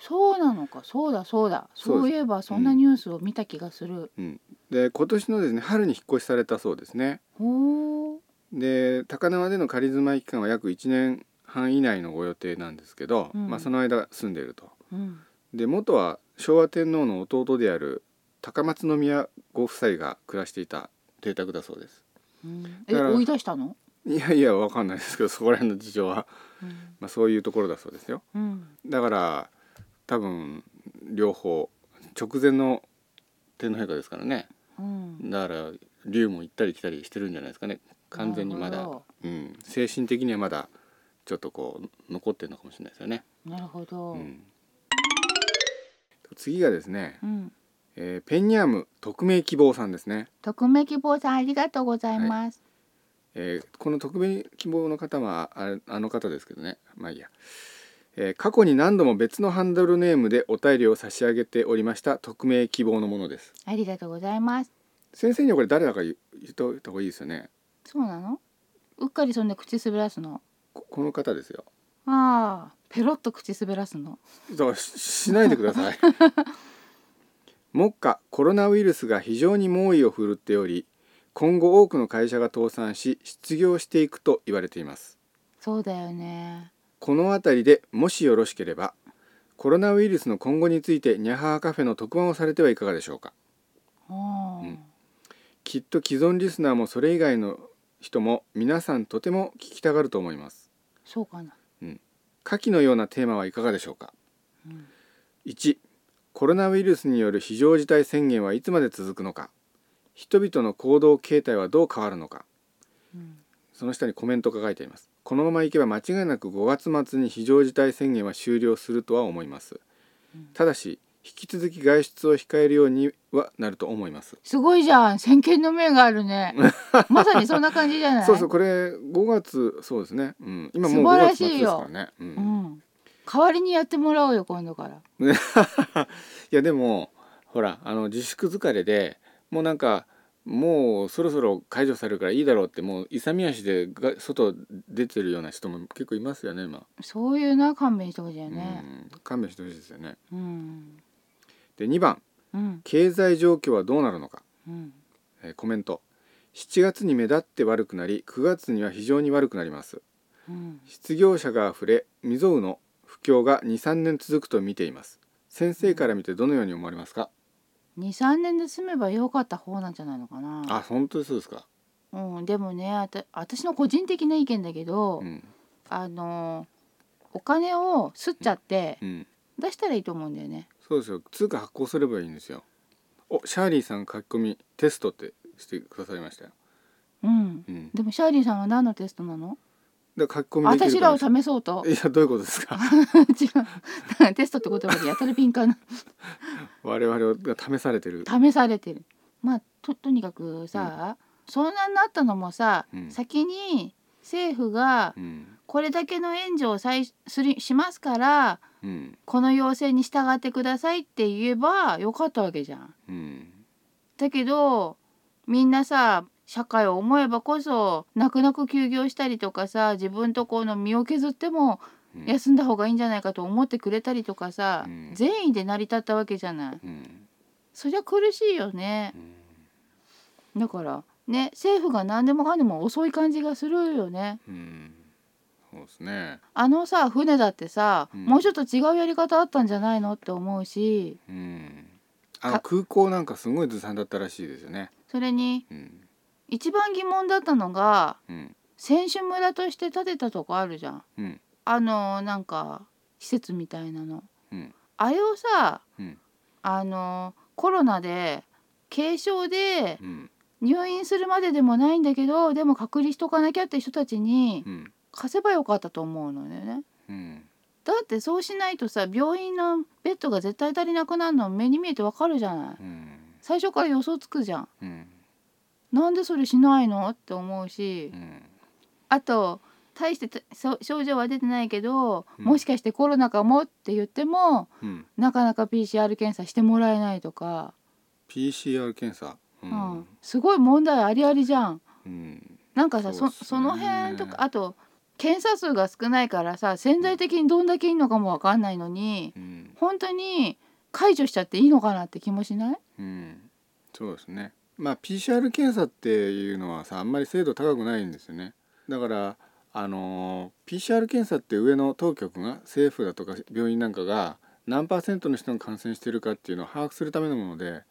そうなのかそうだそうだそうですそういえばそんなニュースを見た気がする、うん、で今年のですね春に引っ越しされたそうですねほうで高輪での仮住まい期間は約1年半以内のご予定なんですけど、うんまあ、その間住んでいるとうんで元は昭和天皇の弟である高松宮ご夫妻が暮らしていた邸宅だそうですうん、だえから追い出したの、いやいやわかんないですけどそこら辺の事情は、 *laughs* うんまあ、そういうところだそうですようん、だから多分両方直前の天皇陛下ですからねうん、だから竜も行ったり来たりしてるんじゃないですかね完全にまだ、なうん、精神的にはまだちょっとこう残ってるのかもしれないですよね。るほどうなるほどん、次がですね、うんえーペンニアーム匿名希望さんですね。匿名希望さんありがとうございます、えーこの匿名希望の方はあれあの方ですけどねまあいいや、えー過去に何度も別のハンドルネームでお便りを差し上げておりました匿名希望のものですありがとうございます先生にはこれ誰だか言う言っといた方がいいですよねそうなのうっかりそんで口滑らすのここの方ですよああペロッと口滑らすのだからししないでください *laughs* 目下コロナウイルスが非常に猛威を振るっており今後多くの会社が倒産し失業していくと言われていますそうだよねこの辺りでもしよろしければコロナウイルスの今後についてニャハハカフェの特番をされてはいかがでしょうかああ、うんきっと既存リスナーもそれ以外の人も皆さんとても聞きたがると思いますそうかな、下記のようなテーマはいかがでしょうかうん、 1コロナウイルスによる非常事態宣言はいつまで続くのか人々の行動形態はどう変わるのかうんその下にコメントが書いてありますこのままいけば間違いなく5月末に非常事態宣言は終了するとは思いますうんただし引き続き外出を控えるようにはなると思いますすごいじゃん先見の明がある *laughs* ねまさにそんな感じじゃないそうそうこれ5月そうですね、うん、今もう素5晴ら月し末いですよからね、うんうん、代わりにやってもらおうよ今度から *laughs* いやでもほらあの自粛疲れでもうなんかもうそろそろ解除されるからいいだろうってもう勇み足でが外出てるような人も結構いますよね今、そういうな勘弁してほしいよねうん、勘弁してほしいですよねうんで2番うん経済状況はどうなるのかうんえーコメント7月に目立って悪くなり9月には非常に悪くなりますうん失業者があふれ未曾有の不況が23年続くと見ています先生から見てどのように思われますか、 23年で住めばよかった方なんじゃないのかな、あ本当にそうですか、うん、でもねあた私の個人的な意見だけど、うんあのお金をすっちゃってうん、出したらいいと思うんだよねそうですよ通貨発行すればいいんですよおシャーリーさん書き込みテストってしてくださいましたよ、うんうん、でもシャーリーさんは何のテストなのだから書き込みでき私るからを試そう *laughs* と違いやどういうことですか *laughs* う *laughs* テストって言葉でやたら敏感な我々が試されてる試されてるまあととにかくさ、そんなになったのもさ、うん先に政府がうんこれだけの援助をさいすりしますからうんこの要請に従ってくださいって言えばよかったわけじゃん。うんだけどみんなさ社会を思えばこそ泣く泣く休業したりとかさ自分とこの身を削ってもうん休んだ方がいいんじゃないかと思ってくれたりとかさ、うん善意で成り立ったわけじゃない。うんそりゃ苦しいよねう。んだからね政府が何でもかんでも遅い感じがするよねうんそうですねあのさ船だってさ、うんもうちょっと違うやり方あったんじゃないのって思うしうんあのか空港なんかすごいずさんだったらしいですよね。それにうん一番疑問だったのがうん選手村として建てたとこあるじゃんうんあのなんか施設みたいなのうんあれをさうんあのコロナで軽症でうん入院するまででもないんだけどでも隔離しとかなきゃって人たちにうん貸せばよかったと思うのよね。うんだってそうしないとさ病院のベッドが絶対足りなくなるの目に見えてわかるじゃないうん最初から予想つくじゃんうんなんでそれしないのって思うしうんあと大してたそ症状は出てないけど、うんもしかしてコロナかもって言ってもうんなかなか PCR 検査してもらえないとか、 PCR 検査ううんんすごい問題ありありじゃんうんなんかさそ,、そうっすねその辺とかあと検査数が少ないからさ潜在的にどんだけいいのかもわかんないのにうん本当に解除しちゃっていいのかなって気もしないうんそうですねまあ PCR 検査っていうのはさあんまり精度高くないんですよねだからあのー PCR 検査って上の当局が政府だとか病院なんかが何パーセントの人が感染してるかっていうのを把握するためのもので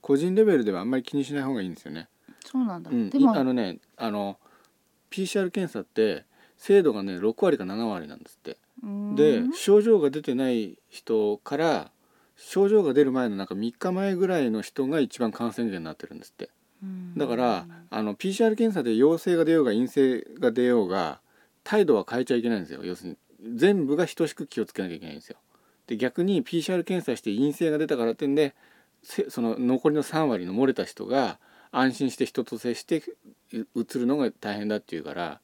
個人レベルではあんまり気にしない方がいいんですよね。そうなんだ、うん、でもいあのねあの PCR 検査って精度がね6割か7割なんですって。うーんで症状が出てない人から症状が出る前のなんか3日前ぐらいの人が一番感染源になってるんですって。ううんだからあの PCR 検査で陽性が出ようが陰性が出ようが態度は変えちゃいけないんですよ要するに全部が等しく気をつけなきゃいけないんですよ。で逆に PCR 検査して陰性が出たからってんでせその残りの3割の漏れた人が安心して人と接してうつるのが大変だっていうからだか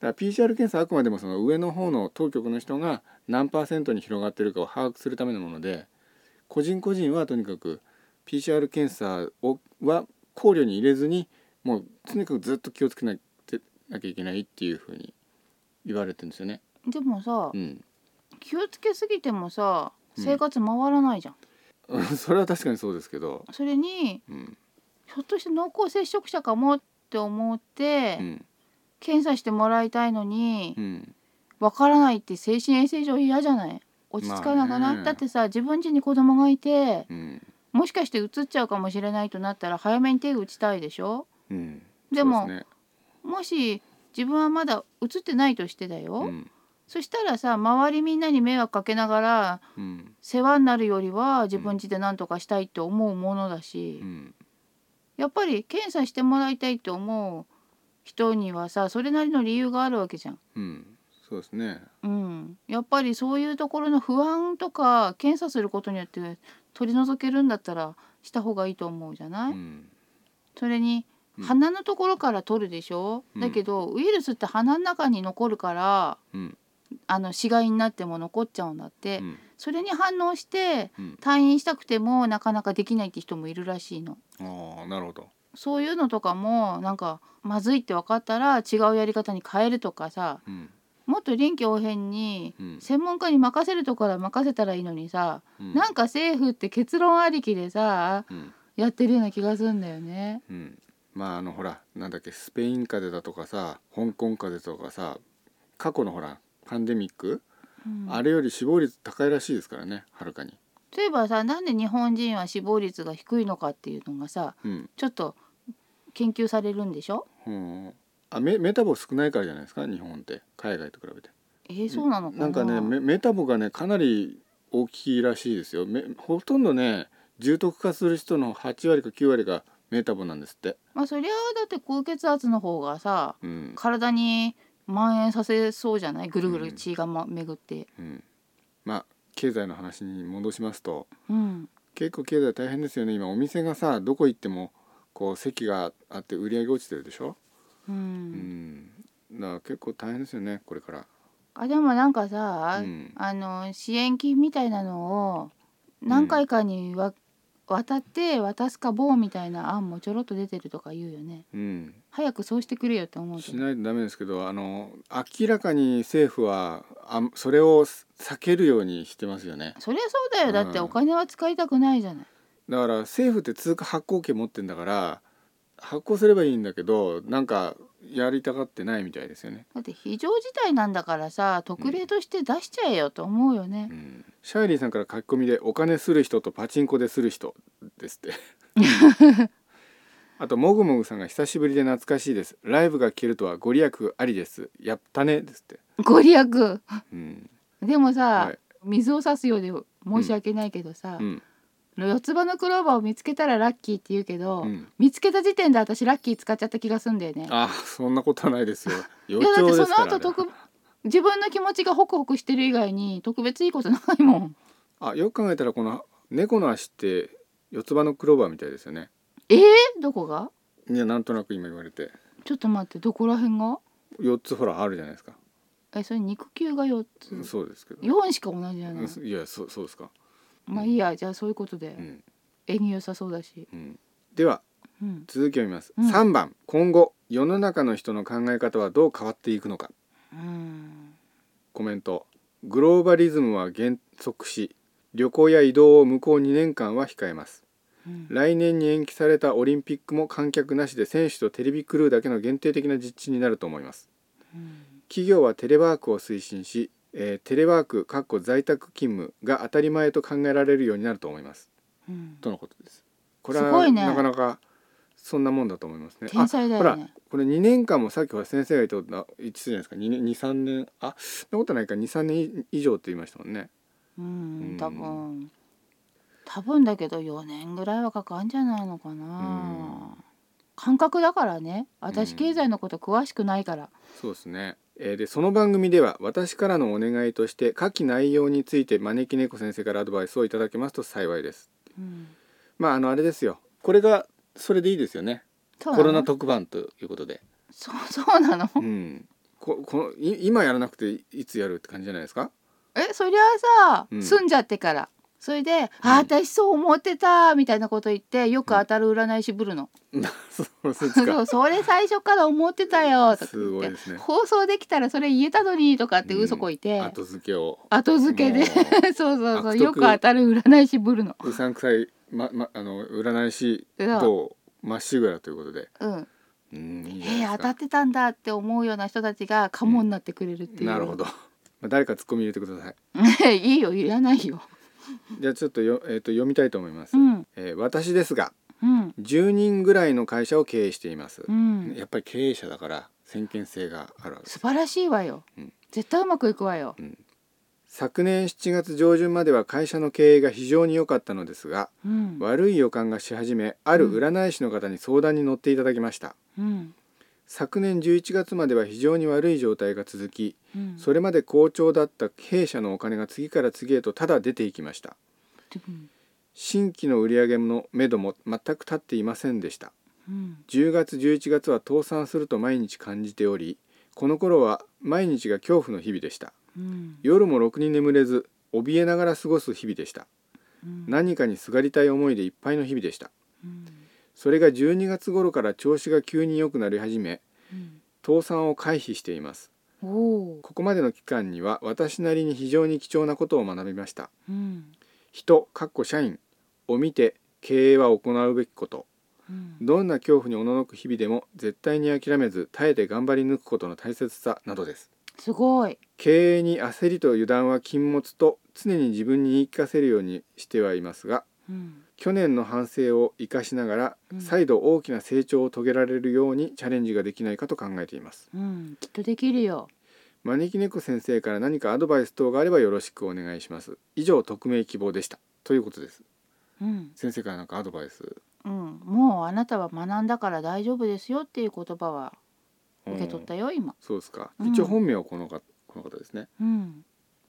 ら PCR 検査はあくまでもその上の方の当局の人が何パーセントに広がってるかを把握するためのもので個人個人はとにかく PCR 検査をは考慮に入れずにもうとにかくずっと気をつけなてなきゃいけないっていうふうに言われてるんですよね。でもさうん、気をつけすぎてもさうん生活回らないじゃん、それは確かにそうですけど、それにうんひょっとして濃厚接触者かもって思って、うん検査してもらいたいのにうん、わからないって精神衛生上嫌じゃない落ち着かなくな、まあねだってさ自分家に子供がいてうん、もしかしてうつっちゃうかもしれないとなったら早めに手打ちたいでしょうん、でもそうすねもし自分はまだうつってないとしてだよ、うんそしたらさ周りみんなに迷惑かけながらうん世話になるよりは自分家で何とかしたいって思うものだし、うんやっぱり検査してもらいたいと思う人にはさそれなりの理由があるわけじゃん。うん、そうですね。うん、やっぱりそういうところの不安とか検査することによって取り除けるんだったらした方がいいと思うじゃうない、ん、それにうん鼻のところから取るでしょ、うんだけどウイルスって鼻の中に残るからうん、あの死骸になっても残っちゃうんだって、うん、それに反応してうん退院したくてもなかなかできないって人もいるらしいの。ああ、なるほど。そういうのとかもなんかまずいって分かったら違うやり方に変えるとかさうん、もっと臨機応変にうん、専門家に任せるところは任せたらいいのにさ、うんなんか政府って結論ありきでさうん、やってるような気がするんだよね。うん、まああのほらなんだっけスペイン風邪だとかさ香港風邪とかさ過去のほらパンデミック、うんあれより死亡率高いらしいですからねはるかに、例えばさなんで日本人は死亡率が低いのかっていうのがさうんちょっと研究されるんでしょうん、あメメタボ少ないからじゃないですか日本って海外と比べてえー、そうなのかななんかねメメタボがねかなり大きいらしいですよめほとんどね重篤化する人の8割か9割がメタボなんですって、まあそりゃだって高血圧の方がさうん体に蔓延させそうじゃないぐるぐる血が、ま、巡って。うん、まあ経済の話に戻しますとうん結構経済大変ですよね今お店がさどこ行ってもこう席があって売り上げ落ちてるでしょ、うう、んだから結構大変ですよねこれからあでもなんかさ、うんあの支援金みたいなのを何回かにわ、渡って渡すか棒みたいな案もちょろっと出てるとか言うよねうん早くそうしてくれよって思うけしどないとダメですけどあの明らかに政府はあそれを避けるようにしてますよねそりゃそうだよだってうんお金は使いたくないじゃない、だから政府って通貨発行権持ってんだから発行すればいいんだけどなんかやりたがってないみたいですよね、だって非常事態なんだからさ特例として出しちゃえよと思うよねう、ん、シャイリーさんから書き込みで「お金する人とパチンコでする人」ですってあともぐもぐさんが「久しぶりで懐かしいですライブが聞けるとはご利益ありですやったね」ですって、ご利益うんでもさ、はい水を差すようで申し訳ないけどさ、うん四つ葉のクローバーを見つけたらラッキーって言うけど、うん、見つけた時点で私ラッキー使っちゃった気がすんだよね。あそんなことはないですよい *laughs* 予やだって兆そですのから後ね特自分の気持ちがホクホクしてる以外に特別いいことないもん。あよく考えたらこの猫の足って四つ葉のクローバーみたいですよねえー、どこが？いやなんとなく今言われてちょっと待ってどこら辺が？ 4つほらあるじゃないですか、えそれ肉球が四つ。そうですけど四しか同じじゃない。いやそそうですか、まあいいやじゃあそういうことでうん縁起良さそうだし。うん、ではうん。続きを見ます、うん3番今後世の中の人の考え方はどう変わっていくのかうん。コメントグローバリズムは減速し旅行や移動を向こう2年間は控えますうん来年に延期されたオリンピックも観客なしで選手とテレビクルーだけの限定的な実地になると思いますうん企業はテレワークを推進し、えーテレワークかっこ在宅勤務が当たり前と考えられるようになると思いますうんとのことですこれはすごいねなかなかそんなもんだと思いますね天才だよねあほらこれ2年間もさっきほら先生が言ったこと言ってたじゃないですか23年あそんなことないか23年以上って言いましたもんねうんん多分。多分だけど4年ぐらいはかかんじゃないのかな、うん感覚だからねう私ん経済のこと詳しくないから、そうですね、えーでその番組では私からのお願いとして下記内容について招き猫先生からアドバイスをいただけますと幸いですうんまああのあれですよこれがそれでいいですよねそうなコのロナ特番ということで、そうそうなのうん、ここのい今やらなくていいつやるって感じじゃないです *laughs* かえそりゃあさ、うん住んじゃってからそれで「あ私そう思ってた」みたいなこと言ってよく当たる占い師ぶるのなそうそう「です *laughs* そかうそれ最初から思ってたよ」とかすごい言っでてすね放送できたらそれ言えたのに」とかってうん嘘こいて、後付けを後付けでも *laughs* そうそうそ悪う徳よく当たる占い師ぶるの。ううさんくさい、まま、あの占い師うとまっしぐらということでうん、うんいいえじゃないでーす当たかってたんだって思うような人たちがカモになってくれるっていう、なるほどまあ誰かツッコミ入れてくださいい *laughs* いよいらな *laughs* いよじゃあちょっとよ、えー、と読みたいと思います、うんえー私ですがうん10人ぐらいの会社を経営していますう、んやっぱり経営者だから先見性があるわけです素晴らしいわよ、うん絶対うまくいくわよ、昨年7月上旬までは会社の経営が非常に良かったのですがうん悪い予感がし始めある占い師の方に相談に乗っていただきましたうん昨年11月までは非常に悪い状態が続きうん、それまで好調だった弊社のお金が次から次へとただ出ていきましたうん新規の売上の目処も全く立っていませんでしたうん10月11月は倒産すると毎日感じておりこの頃は毎日が恐怖の日々でしたうん夜もろくに眠れず怯えながら過ごす日々でしたうん何かにすがりたい思いでいっぱいの日々でしたうんそれが12月頃から調子が急に良くなり始めうん倒産を回避していますおお、ここまでの期間には私なりに非常に貴重なことを学びましたうん人かっこ社員を見て経営は行うべきことうん、どんな恐怖におののく日々でも絶対に諦めず耐えて頑張り抜くことの大切さなどですすごい、経営に焦りと油断は禁物と常に自分に言い聞かせるようにしてはいますがうん、去年の反省を生かしながらうん再度大きな成長を遂げられるようにチャレンジができないかと考えていますうん、きっとできるよ招き猫先生から何かアドバイス等があればよろしくお願いします以上匿名希望でしたということですうん、先生から何かアドバイスうん、もうあなたは学んだから大丈夫ですよっていう言葉は受け取ったよ今、そうですかうん一応本名はこの方この方ですねうん、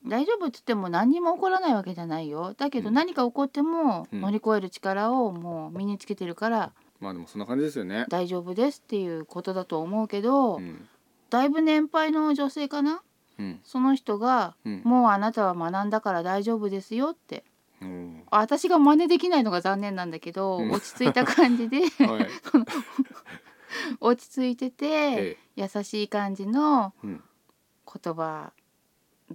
大丈夫っつっても何にも起こらないわけじゃないよだけどうん何か起こってもうん乗り越える力をもう身につけてるからまあでもそんな感じですよね大丈夫ですっていうことだと思うけど、うんだいぶ年配の女性かなうんその人がうんもうあなたは学んだから大丈夫ですよってうんあ私が真似できないのが残念なんだけどうん落ち着いた感 *laughs* じで *laughs* はい落ち着いててええ優しい感じのうん言葉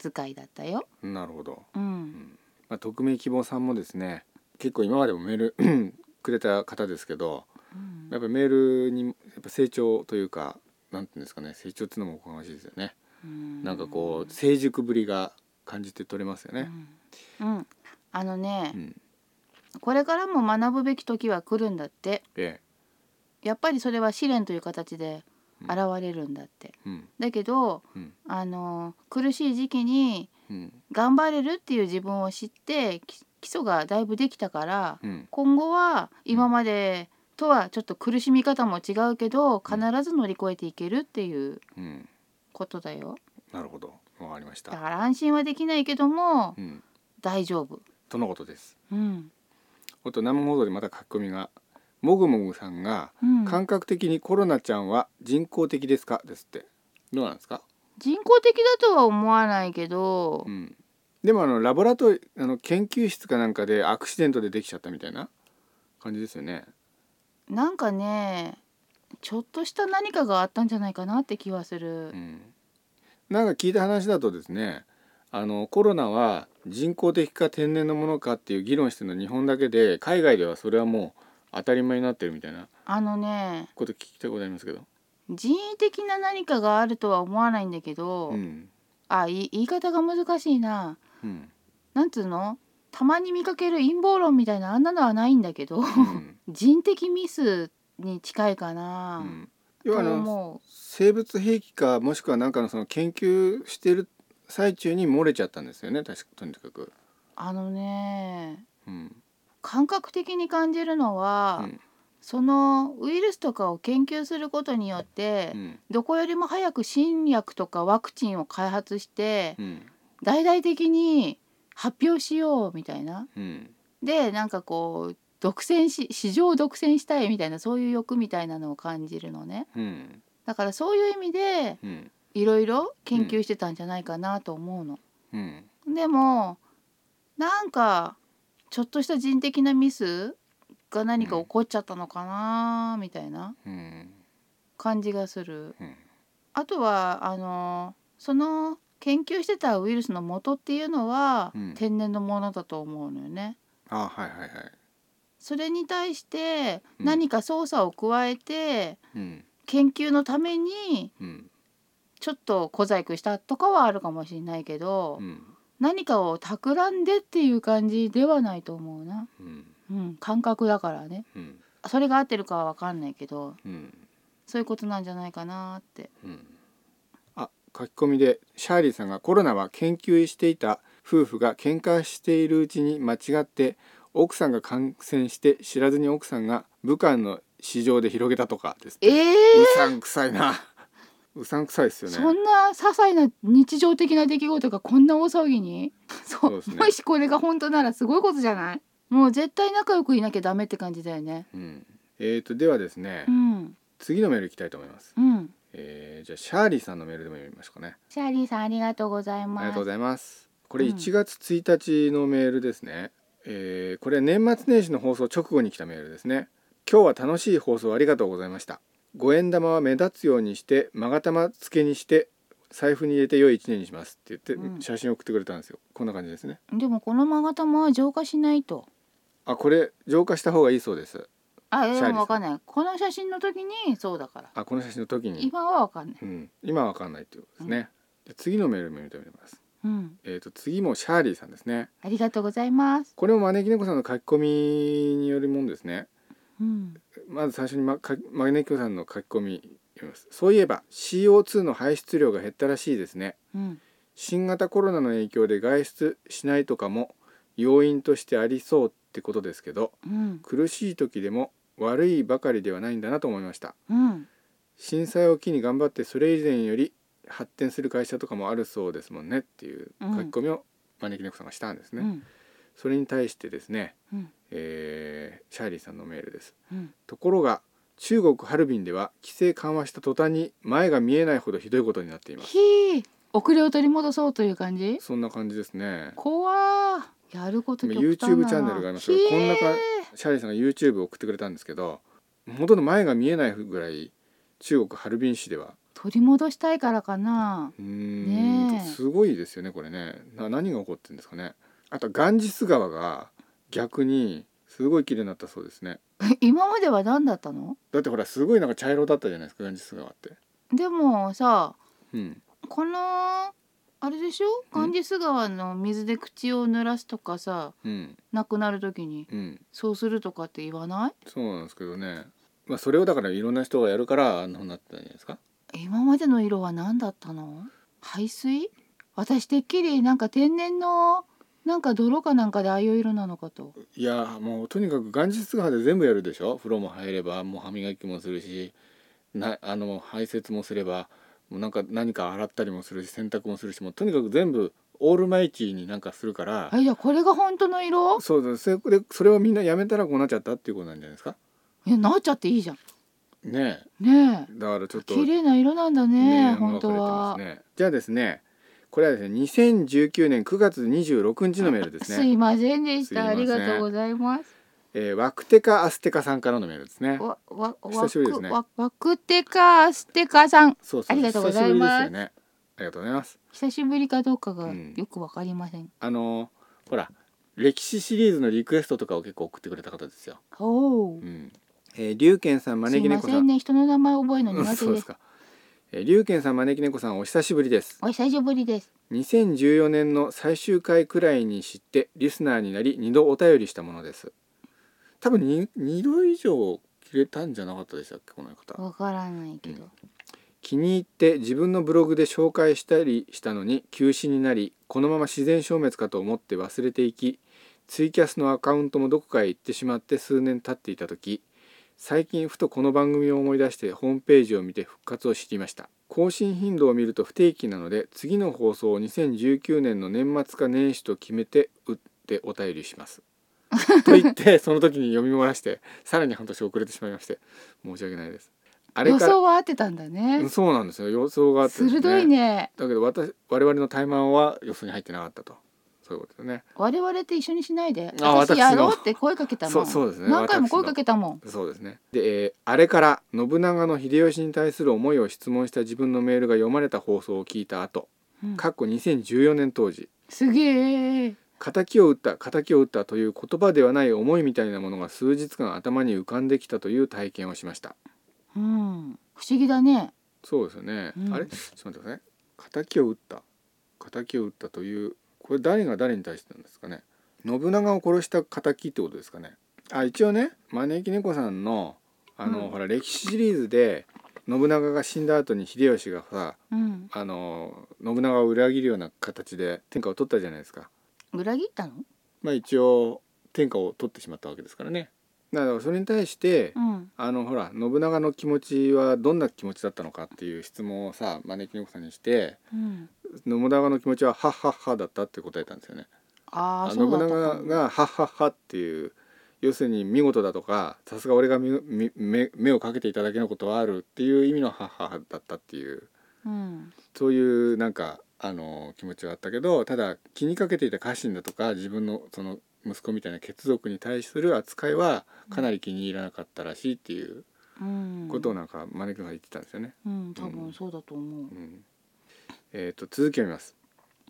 遣いだったよ。なるほどううんん、まあ匿名希望さんもですね結構今までもメール *clears throat* くれた方ですけどうんやっぱメールにやっぱ成長というかなんていうんですかね成長っていうのもおこがましいですよね、なんかこう成熟ぶりが感じて取れますようね、ん、うん、あのねう、んこれからも学ぶべき時は来るんだってええやっぱりそれは試練という形で現れるんだって。うんだけどうんあの苦しい時期にうん頑張れるっていう自分を知ってき基礎がだいぶできたからうん今後は今までとはちょっと苦しみ方も違うけど必ず乗り越えていけるっていううんことだよなるほどわかりましだたから安心はできないけどもうん大丈夫とのことですうんあと生放送でまた書き込みがもぐもぐさんがうん感覚的にコロナちゃんは人工的ですかですってどうなんですか、人工的だとは思わないけどうん、でもあのラボラトリあの研究室かなんかでアクシデントでできちゃったみたいな感じですよねなんかねちょっとした何かがあったんじゃないかなって気はするう。ん、なんか聞いた話だとですねあのコロナは人工的か天然のものかっていう議論してるのは日本だけで海外ではそれはもう当たり前になってるみたいなあのねこと聞いたことありますけど、人為的な何かがあるとは思わないんだけど、うんあい言い方が難しいなうんなんつうのたまに見かける陰謀論みたいなあんなのはないんだけど、う *laughs* ん人的ミスに近いかうな、ん、要 *laughs* とはあの思生物兵器かもしくはなんかのその研究してる最中に漏れちゃったんですよね確かとにかく。うあのねうん感覚的に感じるのは、うんそのウイルスとかを研究することによって、うんどこよりも早く新薬とかワクチンを開発してうん大々的に発表しようみたいなうんでなんかこう独占し市場を独占したいみたいなそういう欲みたいなのを感じるのねうんだからそういう意味でうんいろいろ研究してたんじゃないかなと思うの。うんでもなんかちょっとした人的なミスが何か起こっちゃったのかなみたいなうん感じがする。うんあとはあのその研究してたウイルスの元っていうのは、うん天然のものだと思うのよね。あはいはいはいそれに対してうん何か操作を加えて、うん研究のためにうんちょっと小細工したとかはあるかもしれないけど、うん何かを企んでっていう感じではないと思うな。うんうん、感覚だからね。うんそれが合ってるかはわかんないけど、うんそういうことなんじゃないかなって。うんあ書き込みでシャーリーさんがコロナは研究していた夫婦が喧嘩しているうちに間違って奥さんが感染して知らずに奥さんが武漢の市場で広げたとかですってえーうさんくさいな *laughs* うさんくさいですよねそんな些細な日常的な出来事がこんな大騒 *laughs* ぎにそうそうですねもしこれが本当ならすごいことじゃないもう絶対仲良くいなきゃダメって感じだよねうん、えーとではですね、うん次のメールいきたいと思います、うんえーじゃあシャーリーさんのメールでも読みましょうかねシャーリーさんありがとうございありまがとうごすざいますこれうん1月1日のメールですね、えーこれは年末年始の放送直後に来たメールですね今日は楽しい放送ありがとうございました五円玉は目立つようにして勾玉付けにして財布に入れて良い一年にしますって言っうてん写真を送ってくれたんですよ、こんな感じですねでもこの勾玉は浄化しないとあこれ浄化した方がいいそうですあシャーリーでさんもわかんないこの写真の時にそうだからあこの写真の時に今はわかんないうん、今はわかんないっていうことですね、で次のメールも読みたいと思いますうんえー、と次もシャーリーさんですねありがとうございますこれも招き猫さんの書き込みによるもんですねうんまず最初にまか招き猫さんの書き込み読みますそういえば CO2 の排出量が減ったらしいですねうん新型コロナの影響で外出しないとかも要因としてありそうってことですけどうん苦しい時でも悪いばかりではないんだなと思いましたうん震災を機に頑張ってそれ以前より発展する会社とかもあるそうですもんねっていう書き込みを招き猫さんがしたんですうね、んそれに対してですね、うんえーシャーリーさんのメールですうんところが中国ハルビンでは規制緩和した途端に前が見えないほどひどいことになっていますひー遅れを取り戻そうという感じそんな感じですね怖ーやること極端だな YouTube チャンネルがありますよひーこんなかシャーリーさんが YouTube を送ってくれたんですけどほとんど前が見えないぐらい中国ハルビン市では取り戻したいからかなうーんねえすごいですよねこれねな何が起こってるんですかねあとガンジス川が逆にすごい綺麗になったそうですねえ今までは何だったのだってほらすごいなんか茶色だったじゃないですかガンジス川ってでもさうんこのあれでしょガンジス川の水で口を濡らすとかさうん亡くなる時にうんそうするとかって言わないそうなんですけどねまあそれをだからいろんな人がやるからあんなふうになったんじゃないですか今までの色は何だったの排水私てっきりなんか天然のなんか泥かなんかでああいう色なのかといやもうとにかくガンジス川で全部やるでしょ風呂も入ればもう歯磨きもするしなあの排泄もすればもうなんか何か洗ったりもするし洗濯もするしもうとにかく全部オールマイティーになんかするからあじゃあこれが本当の色そうだそれでそれをみんなやめたらこうなっちゃったっていうことなんじゃないですかいやなっちゃっていいじゃんねねええだからちょっと綺麗な色なんだね本当は、分かれてますねじゃあですねこれはですね2019年9月26日のメールですすね、いませんでしすいまたせんありがとうございますえー、ワクテカアステカさんからのメールですねわわ久しぶりですねわわくてかステカさんそうそうありがとうございま久すしぶりですよねありがとうございます久しぶりかどうかがうんよくわかりません、あのーほら歴史シリーズのリクエストとかを結構送ってくれた方ですよおうおん、えー、龍賢さんす招いきま猫せさんんね人の名前覚えるの苦手ですそうですかえー龍賢さん招き猫さんお久しぶりですお久しぶりです2014年の最終回くらいに知ってリスナーになり2度お便りしたものです多分 2, 2度以上切れたんじゃなかったでしたっけこの方わからないけど、気に入って自分のブログで紹介したりしたのに休止になりこのまま自然消滅かと思って忘れていきツイキャスのアカウントもどこかへ行ってしまって数年経っていた時最近ふとこの番組を思い出してホームページを見て復活を知りました更新頻度を見ると不定期なので次の放送を2019年の年末か年始と決めて打ってお便りしますと言ってその時に読み漏らしてさらに半年遅れてしまいまして申し訳ないですあれ予から想は合ってたんだうねん。そうなんですよ予想があってですね、鋭いね。だけど私我々の怠慢は予想に入ってなかったとそういうことですね我々って一緒にしないで。あ私私のやろうって声かけたもん。そうそうですね何回も私の声かけたもん。そうですねで、えーあれから信長の秀吉に対する思いを質問した自分のメールが読まれた放送を聞いた後うんかっこ2014年当時すげえ。敵を打った敵を打ったという言葉ではない思いみたいなものが数日間頭に浮かんできたという体験をしましたうん。不思議だね。そうですよね、うんあれちょっと待ってください敵を打った敵を打ったというこれ誰が誰に対してなんですかね信長を殺した敵ってことですかねあ一応ね招き猫さんのあの、うんほら歴史シリーズで信長が死んだ後に秀吉がさうん。あの信長を裏切るような形で天下を取ったじゃないですか裏切ったの？まあ一応天下を取ってしまったわけですからねだからそれに対して、うん。あのほら信長の気持ちはどんな気持ちだったのかっていう質問をさ招き猫さんにしてうん。信長の気持ちは「はっはっは」だったって答えたんですよね。ああ、そ信うだった長かもが「はっはっは」っていう要するに見事だとかさすが俺がみみ目目をかけていただけのことはあるっていう意味の「はっはっは」だったっていううん。そういうなんかあの気持ちはあったけどただ気にかけていた家臣だとか自分のその息子みたいな血族に対する扱いはかなり気に入らなかったらしいっていううん。ことをなんか招き猫さん言ってたんですよね。うん、多分そうだと思うう。んえー、と続きを見ます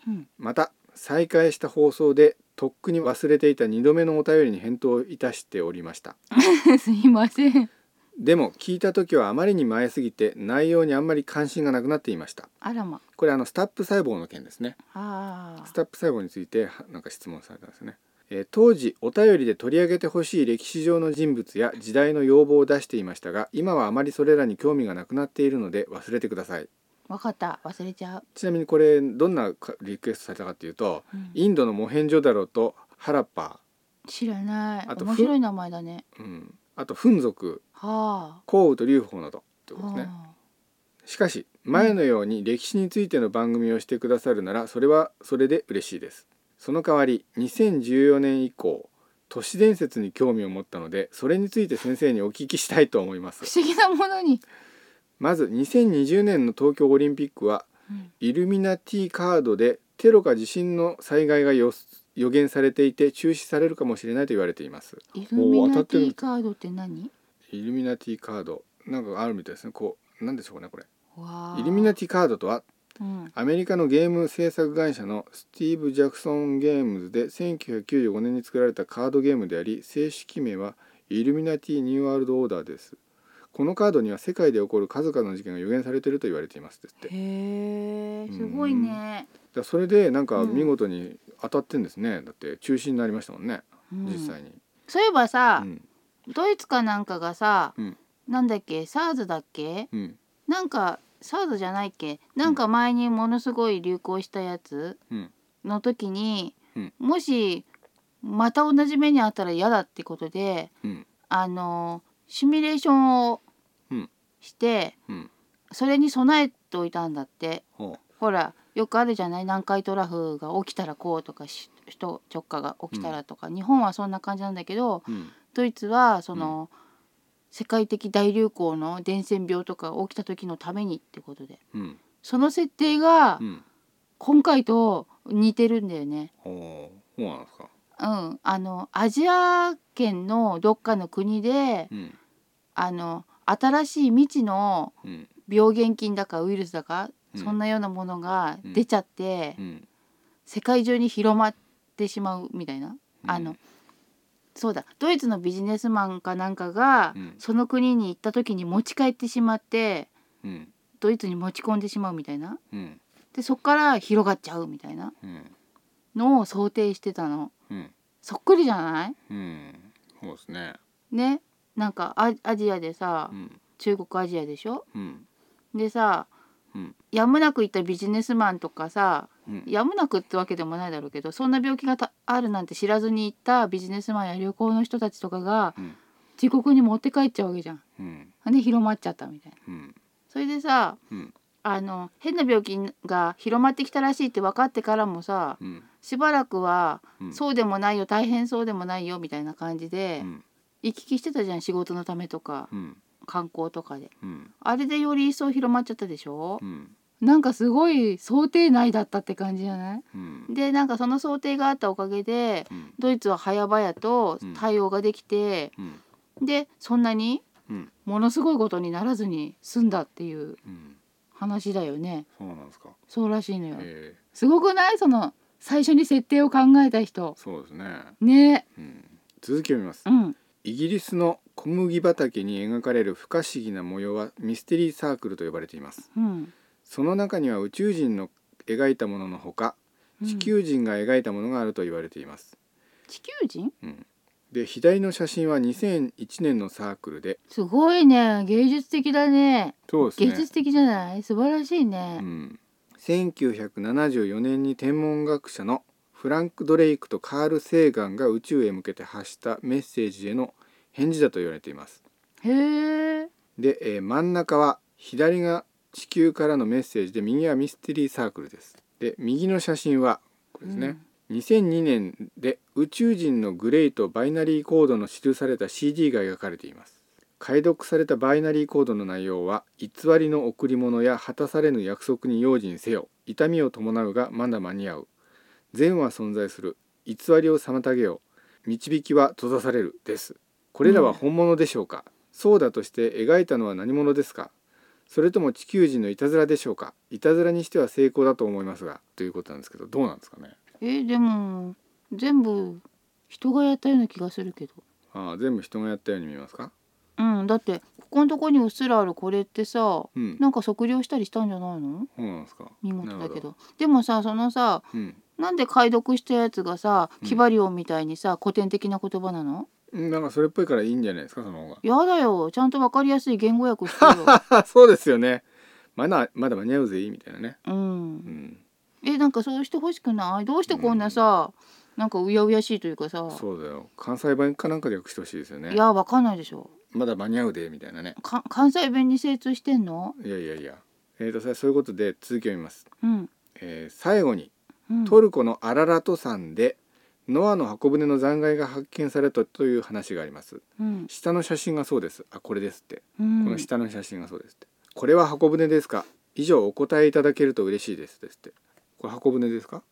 うん。また再開した放送でとっくに忘れていた2度目のお便りに返答いたしておりました *laughs* すいません。でも聞いた時はあまりに前すぎて内容にあんまり関心がなくなっていましたあらま。これあのスタップ細胞の件ですねあスあ。タップ細胞についてはなんか質問されたんですね、えー当時お便りで取り上げてほしい歴史上の人物や時代の要望を出していましたが今はあまりそれらに興味がなくなっているので忘れてくださいわかった。忘れちゃう。ちなみにこれどんなかリクエストされたかっていうとうんインドのモヘンジョダロとハラッパ、知らない。あと面白い名前だね。うん、あとフン族は降雨と流邦などってあ。ことですねはしかし前のように歴史についての番組をしてくださるならそれはそれで嬉しいですその代わり2014年以降都市伝説に興味を持ったのでそれについて先生にお聞きしたいと思いまあ不す思議なものに。まず2020年の東京オリンピックはうんイルミナティカードでテロか地震の災害が予予言されていて中止されるかもしれないと言われていますイルミ当たナっテてるィカードって何？イルミナティカードなんかあるみたいですねこうなんでしょうねこれわあ。イルミナティカードとはうん。アメリカのゲーム制作会社のスティーブ・ジャクソン・ゲームズで1995年に作られたカードゲームであり正式名はイルミナティ・ニューワールド・オーダーですこのカードには世界で起こる数々の事件が予言されていると言われていますですってだかへえ。すごいね。らそれでなんかうん見事に当たってんですねだって中止になりましたもんねうん実際に、そういえばうさ、んドイツかなんかがさ、うんなんだっけ、サーズだっけ？うんなんかサーズじゃないっけ？なんか前にものすごい流行したやつ。うんの時に、うんもしまた同じ目にあったら嫌だってことでうんあのシミュレーションをうんして、うんそれに備えておいたんだってほうほらよくあるじゃない南海トラフが起きたらこうとかし首都直下が起きたらとか、日本はそんな感じなんだけどうんドイツはその、世界的大流行の伝染病とか起きた時のためにってことでうんその設定がうん今回と似てるんだよね。ほうそうなんですかうん、あのアジア圏のどっかの国でうんあの新しい未知のうん病原菌だかウイルスだか、うんそんなようなものがうん出ちゃって、うん世界中に広まってしまうみたいな、あのそうだドイツのビジネスマンかなんかが、うんその国に行った時に持ち帰ってしまってうんドイツに持ち込んでしまうみたいなうんでそっから広がっちゃうみたいなうんのを想定してたのうんそっくりじゃないうんそうですねねなんかアアジアでさ、うん中国アジアでしょうんでさうんやむなく行ったビジネスマンとかさうんやむなくってわけでもないだろうけどそんな病気がたあるなんて知らずに行ったビジネスマンや旅行の人たちとかがうん自国に持って帰っちゃうわけじゃん。うんで広まっちゃったみたいな。うんそれでさうんあの変な病気が広まってきたらしいって分かってからもさうんしばらくはうんそうでもないよ大変そうでもないよみたいな感じでうん行き来してたじゃん仕事のためとかうん観光とかでうんあれでより一層広まっちゃったでしょうんなんかすごい想定内だったって感じじゃないうんでなんかその想定があったおかげでうんドイツは早々と対応ができて、うんでそんなにうんものすごいことにならずに済んだっていううん話だよねそうなんですかそうらしいのよ、ええすごくないその最初に設定を考えた人そうですねねうん続きを見ますうんイギリスの小麦畑に描かれる不可思議な模様はミステリーサークルと呼ばれていますうんその中には宇宙人の描いたもののほかうん地球人が描いたものがあると言われています、地球人うん、で左の写真は2001年のサークルですごいね芸術的だねそうですね芸術的じゃない素晴らしいねう、ん、1974年に天文学者のフランク・ドレイクとカール・セーガンが宇宙へ向けて発したメッセージへの返事だと言われていますへえで、えー真ん中は左が地球からのメッセージで右はミステリーサークルですで右の写真はこれですね、2002年で宇宙人のグレイとバイナリーコードの記された CD が描かれています解読されたバイナリーコードの内容は偽りの贈り物や果たされぬ約束に用心せよ痛みを伴うがまだ間に合う善は存在する偽りを妨げよ導きは閉ざされるですこれらは本物でしょうか、そうだとして描いたのは何者ですかそれとも地球人のいたずらでしょうかいたずらにしては成功だと思いますがということなんですけどどうなんですかねえでも全部人がやったような気がするけどああ全部人がやったように見えますかうんだってここのとこにうっすらあるこれってさうんなんか測量したりしたんじゃないのそうなんですか見事だなけるほどでもさそのさうんなんで解読したやつがさうんキバリオンみたいにさ、古典的な言葉なのうんなんかそれっぽいからいいんじゃないですかその方やだよちゃんとわかりやすい言語訳して *laughs* よ、*laughs* がそうですよねまだまだ間に合うぜみたいなねう、うんんえなんかそうしてほしくないどうしてこんなさ、なんかうやうやしいというかさそうだよ関西弁かなんかで訳してほしいですよねいやわかんないでしょまだ間に合うでみたいなねか関西弁に精通してんのいやいやいやえーとさそういうことで続きを見ます、うん、えー最後にうん、トルコのアララト山でノアの箱舟の残骸が発見されたという話がありますうん、下の写真がそうですあこれですってうんこの下の写真がそうですって。これは箱舟ですか。以上お答えいただけると嬉しいですですって。これ箱舟ですか。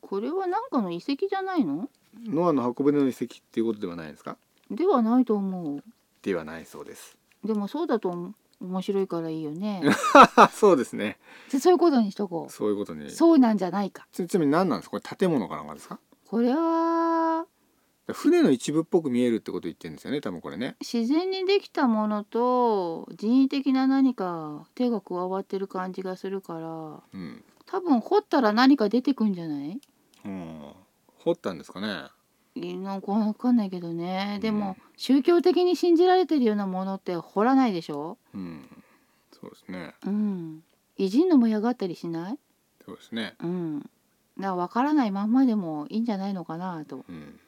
これはなんかの遺跡じゃないのノアの箱舟の遺跡っていうことではないですか。ではないと思うではないそうです。 *laughs* でもそうだとおも面白いからいいよねあ、そうですね。でそういうことにしとこそういうことに。うそうなんじゃないかちちなみに何なんですか。これ建物かなんかですか。これは船の一部っぽく見えるってこと言ってるんですよね。多分これね。自然にできたものと人為的な何か手が加わってる感じがするからうん。多分掘ったら何か出てくんじゃないうん。掘ったんですかね。いいのかわかんないけどねでも、うん宗教的に信じられてるようなものって掘らないでしょうん。そうですね。うん偉人のもやがったりしないそうですね。うんだからわからないまんまでもいいんじゃないのかなとうん。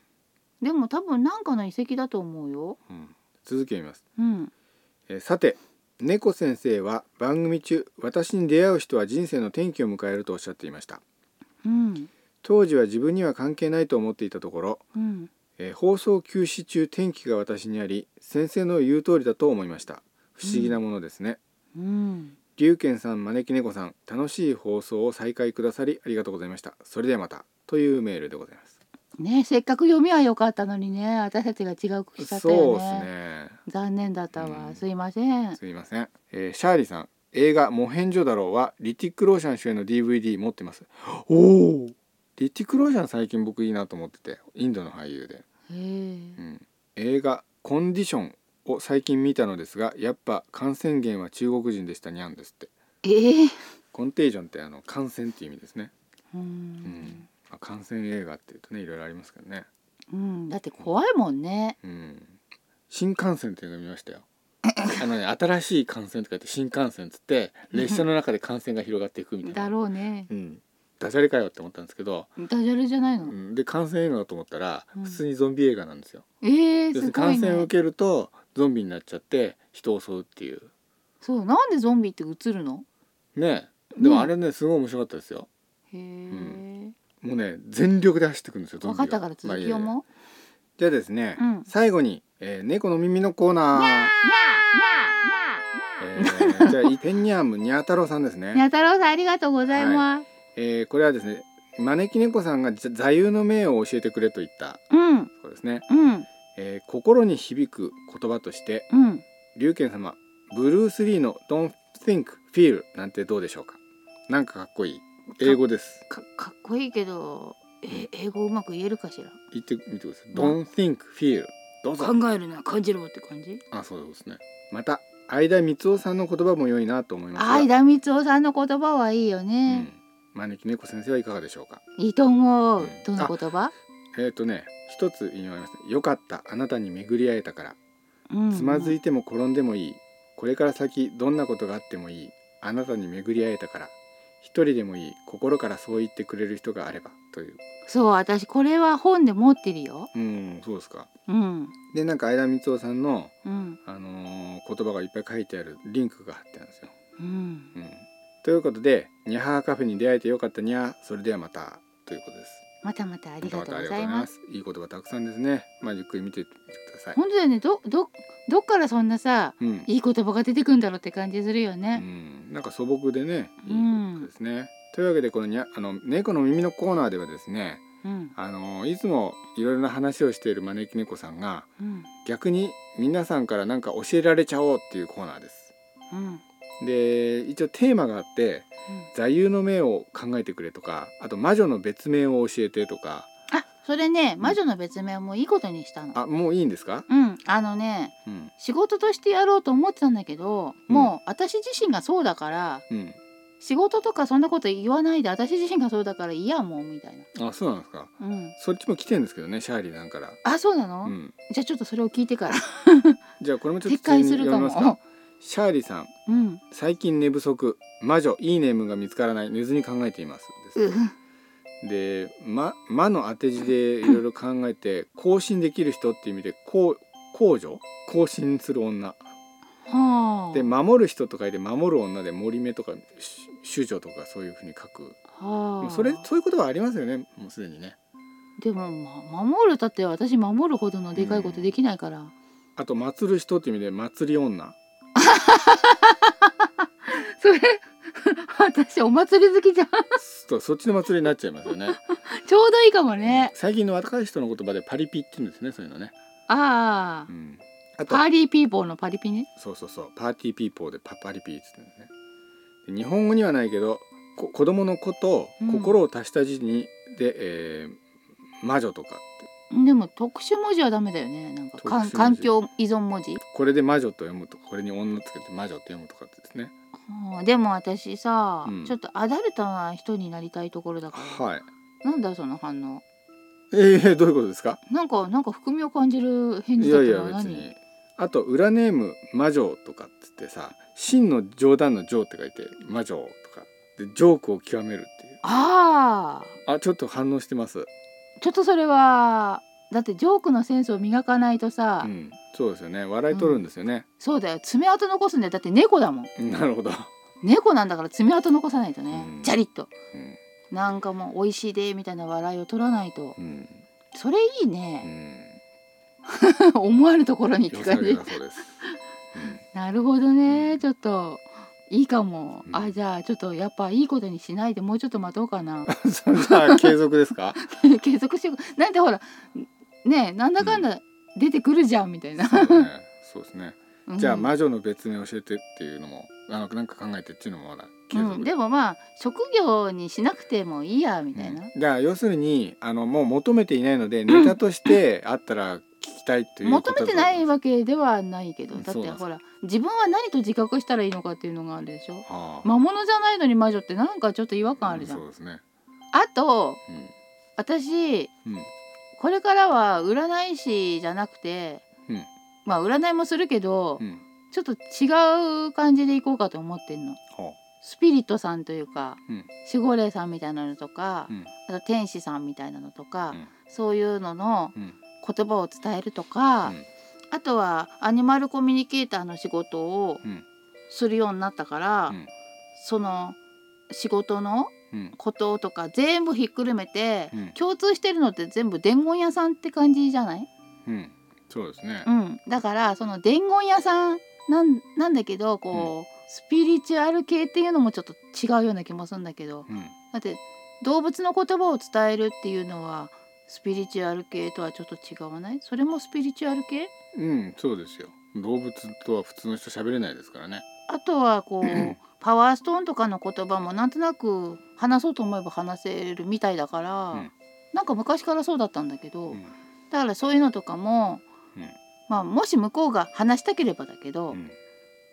でも多分なんかの遺跡だと思うようん。続きを見ます。うんえーさて猫先生は番組中私に出会う人は人生の転機を迎えるとおっしゃっていましたうん当時は自分には関係ないと思っていたところ、うんえー放送休止中転機が私にあり先生の言う通りだと思いました不思議なものですね、うん龍賢さん招き猫さん楽しい放送を再開くださりありがとうございましたそれではまたというメールでございますねせっかく読みは良かったのにね私たちが違う口だったそうよでねすね残念だったわ、うんすいませ *laughs* んすいません、えーシャーリーさん映画「モヘンジョダロー」はリティック・ローシャン主演の DVD 持ってますおおリティック・ローシャン最近僕いいなと思っててインドの俳優で、へえうん、映画「コンディション」を最近見たのですがやっぱ感染源は中国人でしたにゃんですってええコンテージョンってあの感染っていう意味ですね、ううんん、まあ感染映画っていうとねいろいろありますけどねうん、だって怖いもんね。うん新幹線っていうの見ましたよあのね新しい感染とか言って新幹線っつって列車の中で感染が広がっていくみたいなだろうね。うん、ダジャレかよって思ったんですけど、ダジャレじゃないの、うんで感染映画だと思ったらうん普通にゾンビ映画なんですよ、えー、要するすにごい感染をね受けるとゾンビになっちゃって人を襲うっていうそうなんでゾンビって映るのねでもねあれねすごい面白かったですよへえ、もうね全力で走ってくるんですよゾン分ビかがったからまあ続いいきやをもじゃあですね、うん最後に、えー猫の耳のコーナーえーじゃあイペンニアムニャー太郎さんですねにゃ太郎さんありがとうございます、えーこれはですね招き猫さんが座座右の銘を教えてくれと言ったうんそうですね、うんえー心に響く言葉としてうん龍拳様ブルース・リーの「Don't Think Feel」なんてどうでしょうかなんかかっこいい英語ですかかっこいいけどえ英語うまく言えるかしら言ってみてください「Don't Think Feel」どうぞ考えるな感じろって感じあそうですねまた相田光夫さんの言葉も良いなと思いますが相田光夫さんの言葉はいいようねん、招き猫先生はいかがでしょうかいいと思ううんどの言葉えっ、とね一つ言いますね良かったあなたに巡り会えたからつまずいいても転んでもいいこれから先どんなことがあってもいいあなたに巡り会えたから一人でもいい心からそう言ってくれる人があればというそう私これは本で持ってるようんそうですかうんでなんか相田光夫さんの、うんあのー言葉がいっぱい書いてあるリンクが貼ってあるんですよ、うんうん、ということでニャハーカフェに出会えてよかったにゃそれではまたということですまたまたあありがとうございますすいい言葉たくさんですねまあゆっくり見てみてください本当だよねどどどっからそんなさうん、いい言葉が出てくんだろうって感じするようね、ん、なんか素朴でねいいうんですね、というわけでこのにゃあの猫の耳のコーナーではですねうんあのいつもいろいろな話をしている招き猫さんがうん逆に皆さんからなんか教えられちゃおうっていうコーナーですうんで一応テーマがあって座右の銘を考えてくれとかあと魔女の別名を教えてとかあそれね魔女の別名もいいことにしたの、あもういいんですか、うん、あのねうん仕事としてやろうと思ってたんだけど、うんもう私自身がそうだからうん、仕事とかそんなこと言わないで私自身がそうだからいいやもうみたいあそうなんですかな、うん、そっちも来てるんですけどねシャーリーさんから、あそうなの、うん、じゃあちょっとそれを聞いてからじゃあこれもちょっ撤と普回通すにる読かみますかもシャーリーさんうん最近寝不足魔女いいネームが見つからない寝ずに考えていますうでんすで「ま」魔の当て字でいろいろ考えて更新できる人っていう意味で「こう公女」更新する女はあで「守る人」と書いて「守る女」で「森目」とか「し主女」とかそういうふうに書くはあそれそういうことはありますよねもうすでにねでも、ま、守るだって私守るほどのでかいことできないから、あと「祭る人」っていう意味で「祭り女それ *laughs* 私お祭り好きじゃん」 *laughs* そうそっちの祭りになっちゃいますよねちょうどいいかも *laughs* ね最近の若い人の言葉で「パリピ」って言うんですねそういうのね、あうあん、あとパーリーピーポーのパリピねそうそうそうパーティーピーポーでパパリピーっつってんですねで日本語にはないけどこ子供の子とうん心を足した字に、で、えー魔女とかってでも特殊文字はダメだよねなんかかん特殊文環字境依存文字、これで魔女と読むとかこれに女つけて魔女と読むとかってですねうんでも私さ、うんちょっとアダルトな人になりたいところだから、はいなんだその反応えー、どういうことですかなんかなんか含みを感じる返い事だやっいたやのは別何にあと裏ネーム魔女とかっつってさ真の冗談の情って書いて魔女とかでジョークを極めるっていうあああちょっと反応してますちょっとそれはだってジョークのセンスを磨かないとさ、うんそうですよね笑い取るんですよね、そうだよ爪痕残すんだよだって猫だもんなるほど、猫なんだから爪痕残さないとね、うんジャリッとうんなんかもう美味しいでみたいな笑いを取らないとうんそれいいうね、ん *laughs* 思わぬところにって良さ感げじだそうです。なるほどねちょっといいかも、うんあじゃあちょっとやっぱいいことにしないでもうちょっと待とう *laughs* かなうん、それじゃあ継続です *laughs* か？継続しようなんてほらねえなんだかんだ出てくるじゃんみたいな、そうねそうですね。じゃあうん魔女の別名教えてっていうのもあのなんか考えてっていうのもまだ継う続ん、で。でもまあ職業にしなくてもいいやみたいな、うん、だから要するにあのもう求めていないのでネタとしてあったら聞きたいということ求だと思めていないます。わけではないけどうんだっそうてなんですほら自分は何と自覚したらいいのかっていうのがあるでしょはあ魔物じゃないのに魔女ってなんかちょっと違和感あるじゃん、うんそうですね。あとうんう私んこれからは占い師じゃなくて、うんまあ占いもするけど、うん。ちょっと違う感じでいこうかと思ってんのはスピリットさんというか、うん守護霊さんみたいなのとか、うんあと天使さんみたいなのとか、うんそういうののうん言葉を伝えるとか、うんあとはアニマルコミュニケーターの仕事をうんするようになったから、うんその仕事のうんこととか全部ひっくるめて、うん共通してるのって全部伝言屋さんって感じじゃない、うんそうですねうん、だからその伝言屋さんなんなんだけどこう、スピリチュアル系っていうのもちょっと違うような気もするんだけどうんだって動物の言葉を伝えるっていうのはスピリチュアル系とはちょっと違わないそれもスピリチュアル系うんそうですよ動物とは普通の人喋れないですからねあとはこんうパワーストーンとかの言葉もなんとなく話そうと思えば話せるみたいだから、うんなんか昔からそうだったんだけど、うんだからそういうのとかも、うんまあもし向こうが話したければだけど、うん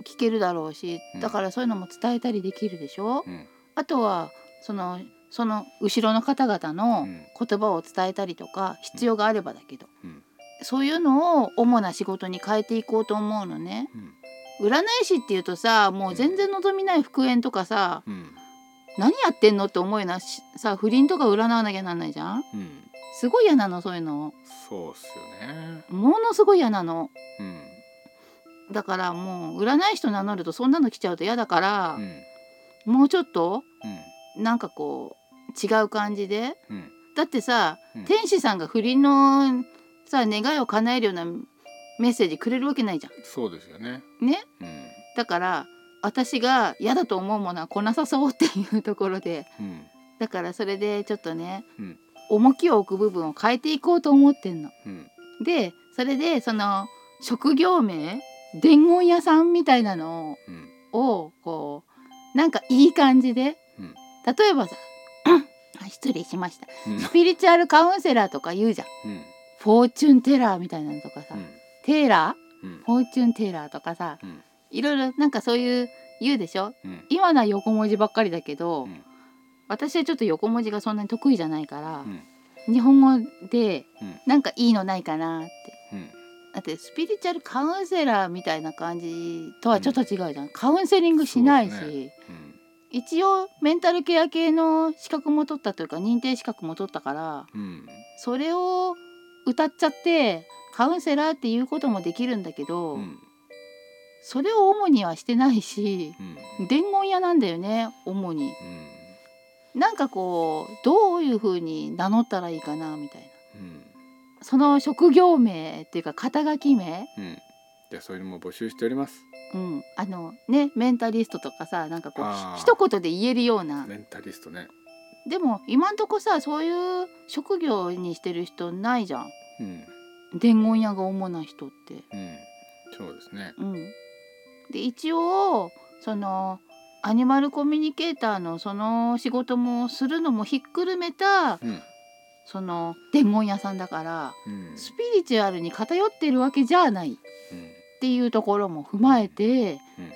聞けるだろうしうんだからそういうのも伝えたりできるでしょ、うんあとはそのその後ろの方々うのん言葉を伝えたりとか必要があればだけど、うんそういうのを主な仕事に変えていこうと思うのね。うん占い師っていうとさもう全然望みない復縁とかさうん何やってんのって思うようなしさ不倫とか占わなきゃなんないじゃんうんすごい嫌なのそういうのそうっすよねものすごい嫌なのうんだからもう占い師と名乗るとそんなの来ちゃうと嫌だからう、んもうちょっとうんなんかこう違う感じでうんだってさ、うん天使さんが不倫のさ願いを叶えるようなメッセージくれるわけないじゃそうですよねんねうんだから私が嫌だと思うものは来なさそうっていうところでうんだからそれでちょっとね、うん重きを置く部分を変えていこうと思ってんの。うんでそれでその職業名伝言屋さんみたいなのうんをこうなんかいい感じで、うん例えばさ *clears throat* あ失礼しましたうんスピリチュアルカウンセラーとか言うじゃうんんフォーチュンテラーみたいなのとかさ、うんテーラうんーフォーチュンテーラーとかさ、うんいろいろなんかそういう言うでしょうん今のは横文字ばっかりだけど、うん私はちょっと横文字がそんなに得意じゃないからう、ん日本語でうんなんかいいのないかなってうんだってスピリチュアルカウンセラーみたいな感じとはちょっと違うじゃん、カウンセリングしないし、そうですうん一応メンタルケア系の資格も取ったというか認定資格も取ったからうんそれを歌っちゃってカウンセラーっていうこともできるんだけうど、んそれを主にはしてないしうん伝言屋なんだよね主に。うんなんかこうどういうふうに名乗ったらいいかなみたいなうんその職業名っていうか肩書き名、うんじゃあそういうのも募集しておりますうん、あのねメンタリストとかさなんかこあーう一言で言えるようなメンタリストねでも今んとこさそういう職業にしてる人ないじゃんうん伝言屋が主な人って。うんそうですねうん、で一応そのアニマルコミュニケーターのその仕事もするのもひっくるめたうんその伝言屋さんだからうんスピリチュアルに偏ってるわけじゃないっていうところも踏まえて、うん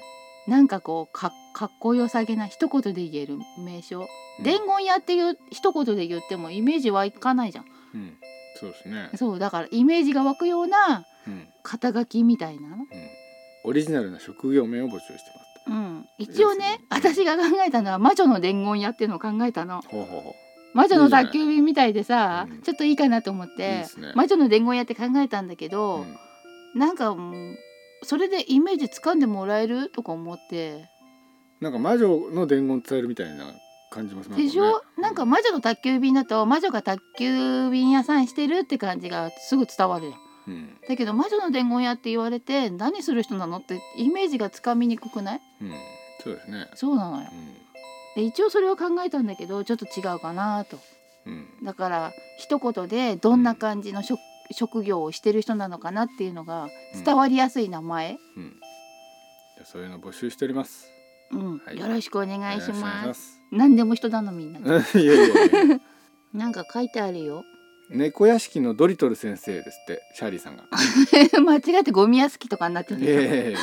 なんかこうかかっこよさげな一言で言える名称、伝言屋っていう一言で言ってもイメージはいかないじゃんうんうんそうですねそうだからイメージが湧くようなうん肩書きみたいな、うんオリジナルな職業名を募集してますうん、一応ね要する私が考えたのは魔女の伝言屋っていうのを考えたのほうほうほ魔女の宅急便みたいいでさいじゃないうんちょっといいかなと思っういいてですね魔女の伝言屋って考えたんだけうど、んなんかもうそれでイメージ掴んでもらえるとか思って。なんか魔女の伝言伝えるみたいな感じもしますもんねでしょなんか魔女の宅急便だと魔女が宅急便屋さんしてるって感じがすぐ伝わるやんうんだけど魔女の伝言屋って言われて何する人なのってイメージがつかみにくくないうんそうですねそうなのよで一応それを考えたんだけどちょっと違うかなとうんうんだから一言でどんな感じの職,、職業をしてる人なのかなっていうのが伝わりやすい名前、うんじゃあそういうの募集しておりますうんはいよろしくお願おいし願いしまますす何でも人頼みになるいやいやいやなんか書いてあるよ *laughs* 猫屋敷のドリトル先生ですってシャーリーさんが。間違ってゴミ屋敷とかになってるえ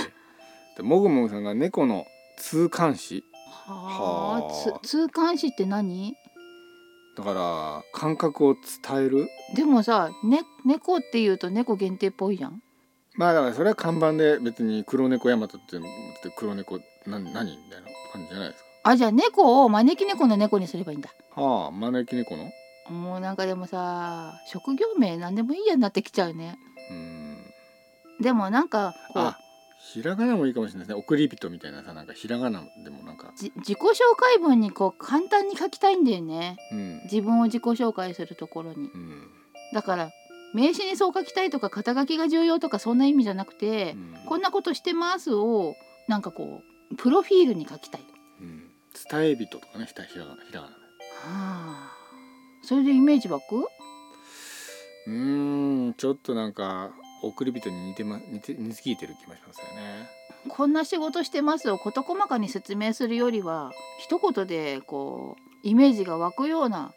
えもぐもぐさんが猫の通関士ははああ、つ通関士って何？だから感覚を伝えるでもさ、ね猫っていうと猫限定っぽいじゃん。まあだからそれは看板で別に黒猫ヤマトって言って黒猫な何みたいな感じじゃないですか。あじゃあ猫を招き猫の猫にすればいいんだはあ招き猫のもうなんかでもさ職業名何でもいいやになってきちゃうねうんでもなんかこうあひらがなもいいかもしれないですね送り人みたいなさなんかひらがなでもなんかじ自己紹介文にこう簡単に書きたいんだよねうん自分を自己紹介するところにうん、だから名刺にそう書きたいとか肩書きが重要とかそんな意味じゃなくて、うんこんなことしてますをなんかこうプロフィールに書きたい、はうん、伝え人とかねひたひらがなひらがなあ、それでイメージ湧くうーんちょっとなんか送り人に似てま似て似すぎてる気もしますよねこんな仕事してますを事細かに説明するよりは一言でこうイメージが湧くような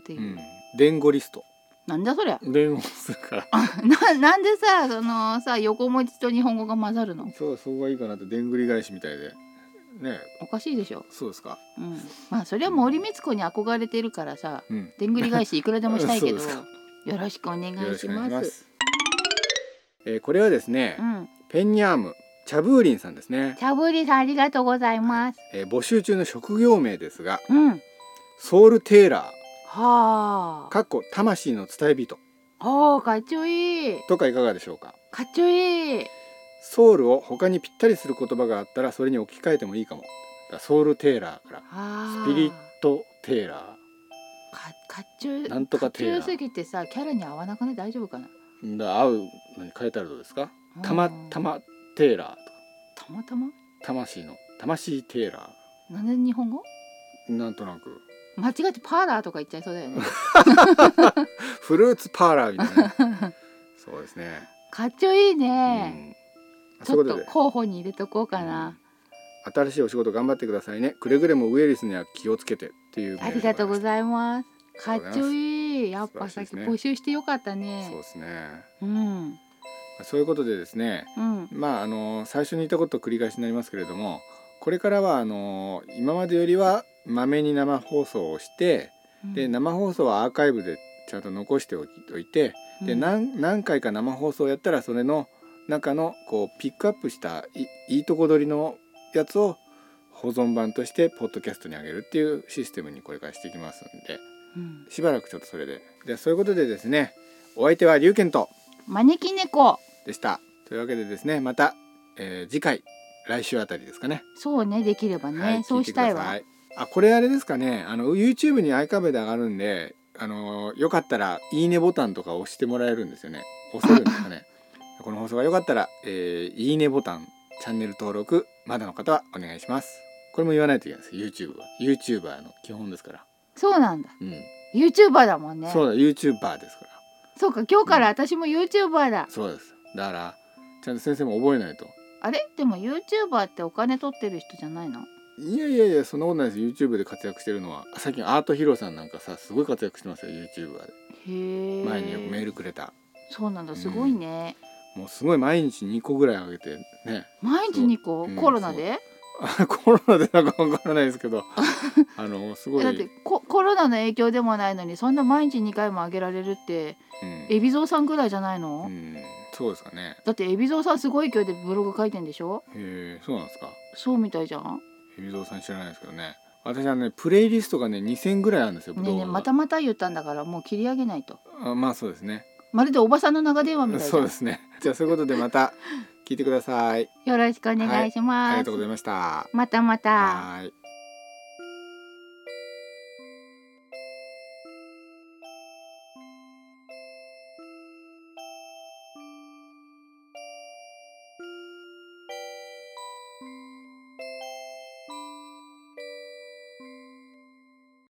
っていう、うん伝語リストなんだそりゃ *laughs* 伝語するからななんでさそのさ横文字と日本語が混ざるの *laughs* そうそうがいいかなってでんぐり返しみたいでねおかしいでしょ、そうですかうん、まあそれは森光子に憧れてるからさうんでんぐり返しいくらでもしたいけ *laughs* どそうですかよろしくお願いよろししくお願まいしすますえーこれはですね、うん、ペンニャームチャブーリンさんですね、チャブリさんありがとうございますえー募集中の職業名ですがうんはソウルテーラあーかっこ魂の伝え人おーかっちょいいとかいかがでしょうかかっちょいいソウルを他にぴったりする言葉があったらそれに置き換えてもいいかもだからソウルテーラーからあスピリットテーラかかっちょいなんとかテーラーっちょいすぎてさキャラに合わなくない大丈夫かなーだ合うのに変えたらどうですかうんたまたまテーラーとかたまたま魂の魂テーラなんで日本語ーなんとなく間違ってパーラーとか言っちゃいそうだよねフルーツパーラーみたいな *laughs* ねそうですね、かっちょいいうんね、あちそういょうことっとで候補に入れとこうかな、新しいお仕事頑張ってくださいねくれぐれもウイルスには気をつけてっていうメーあルりがとうごいざいますあかりがっとうちごょざいいやっ素ぱ晴さらっしきいですね募集してよかったそうねですねうんそういうことでですねうんまああの最初に言ったこと繰り返しになりますけれどもこれからはあの今までよりはまめに生放送をしてで生放送はアーカイブでちゃんと残しておきおいてでうん何何回か生放送やったらそれの中のこうピックアップしたいいいとこ取りのやつを保存版としてポッドキャストに上げるっていうシステムにこれからしていきますんでうんしばらくちょっとそれででそういうことでですねお相手は龍賢と招き猫でしたというわけでですねまた、えー次回来週あたりですかねそうねできればね、はい、そうしたい聞てわくださいあこれあれですかねあの YouTube にアイカベで上がるんであのよかったらいいねボタンとか押してもらえるんですよね押せるんですかねこの放送が良かったら、えーいいねボタンチャンネル登録まだの方はお願いしますこれも言わないといけないです YouTube は YouTuber の基本ですからそうなんだうん、ユーチューバーだもんねそうだ YouTuber ですからそうか今日から私もユーチューバーだ、そうですだからちゃんと先生も覚えないとあれでもユーチューバーってお金取ってる人じゃないのいやいやいやそんなことないです YouTube で活躍してるのは最近アートヒロさんなんかさすごい活躍してますよ YouTuber でへえ前によくメールくれたそうなんだすごいね、もうすごい毎日2個ぐらいあげてね *laughs* 毎日2個、うんコロナでコロナでなんかわからないですけ *laughs* どあのすごいだってココロナの影響でもないのにそんな毎日2回もあげられるってうん海老蔵さんぐらいじゃないの、うん、そうですかねだって海老蔵さんすごい勢いでブログ書いてんでしょへえそうなんですかそうみたいじゃん海老蔵さん知らないですけどね私はねプレイリストがね2000ぐらいあるんですよねえねえまたまた言ったんだからもう切り上げないとあまあそうですねまるでおばさんの長電話みたいじゃそんうですねじゃあそういうことでまた聞いてくださいよろしくお願いしありまがす、とうございましたまたまたはい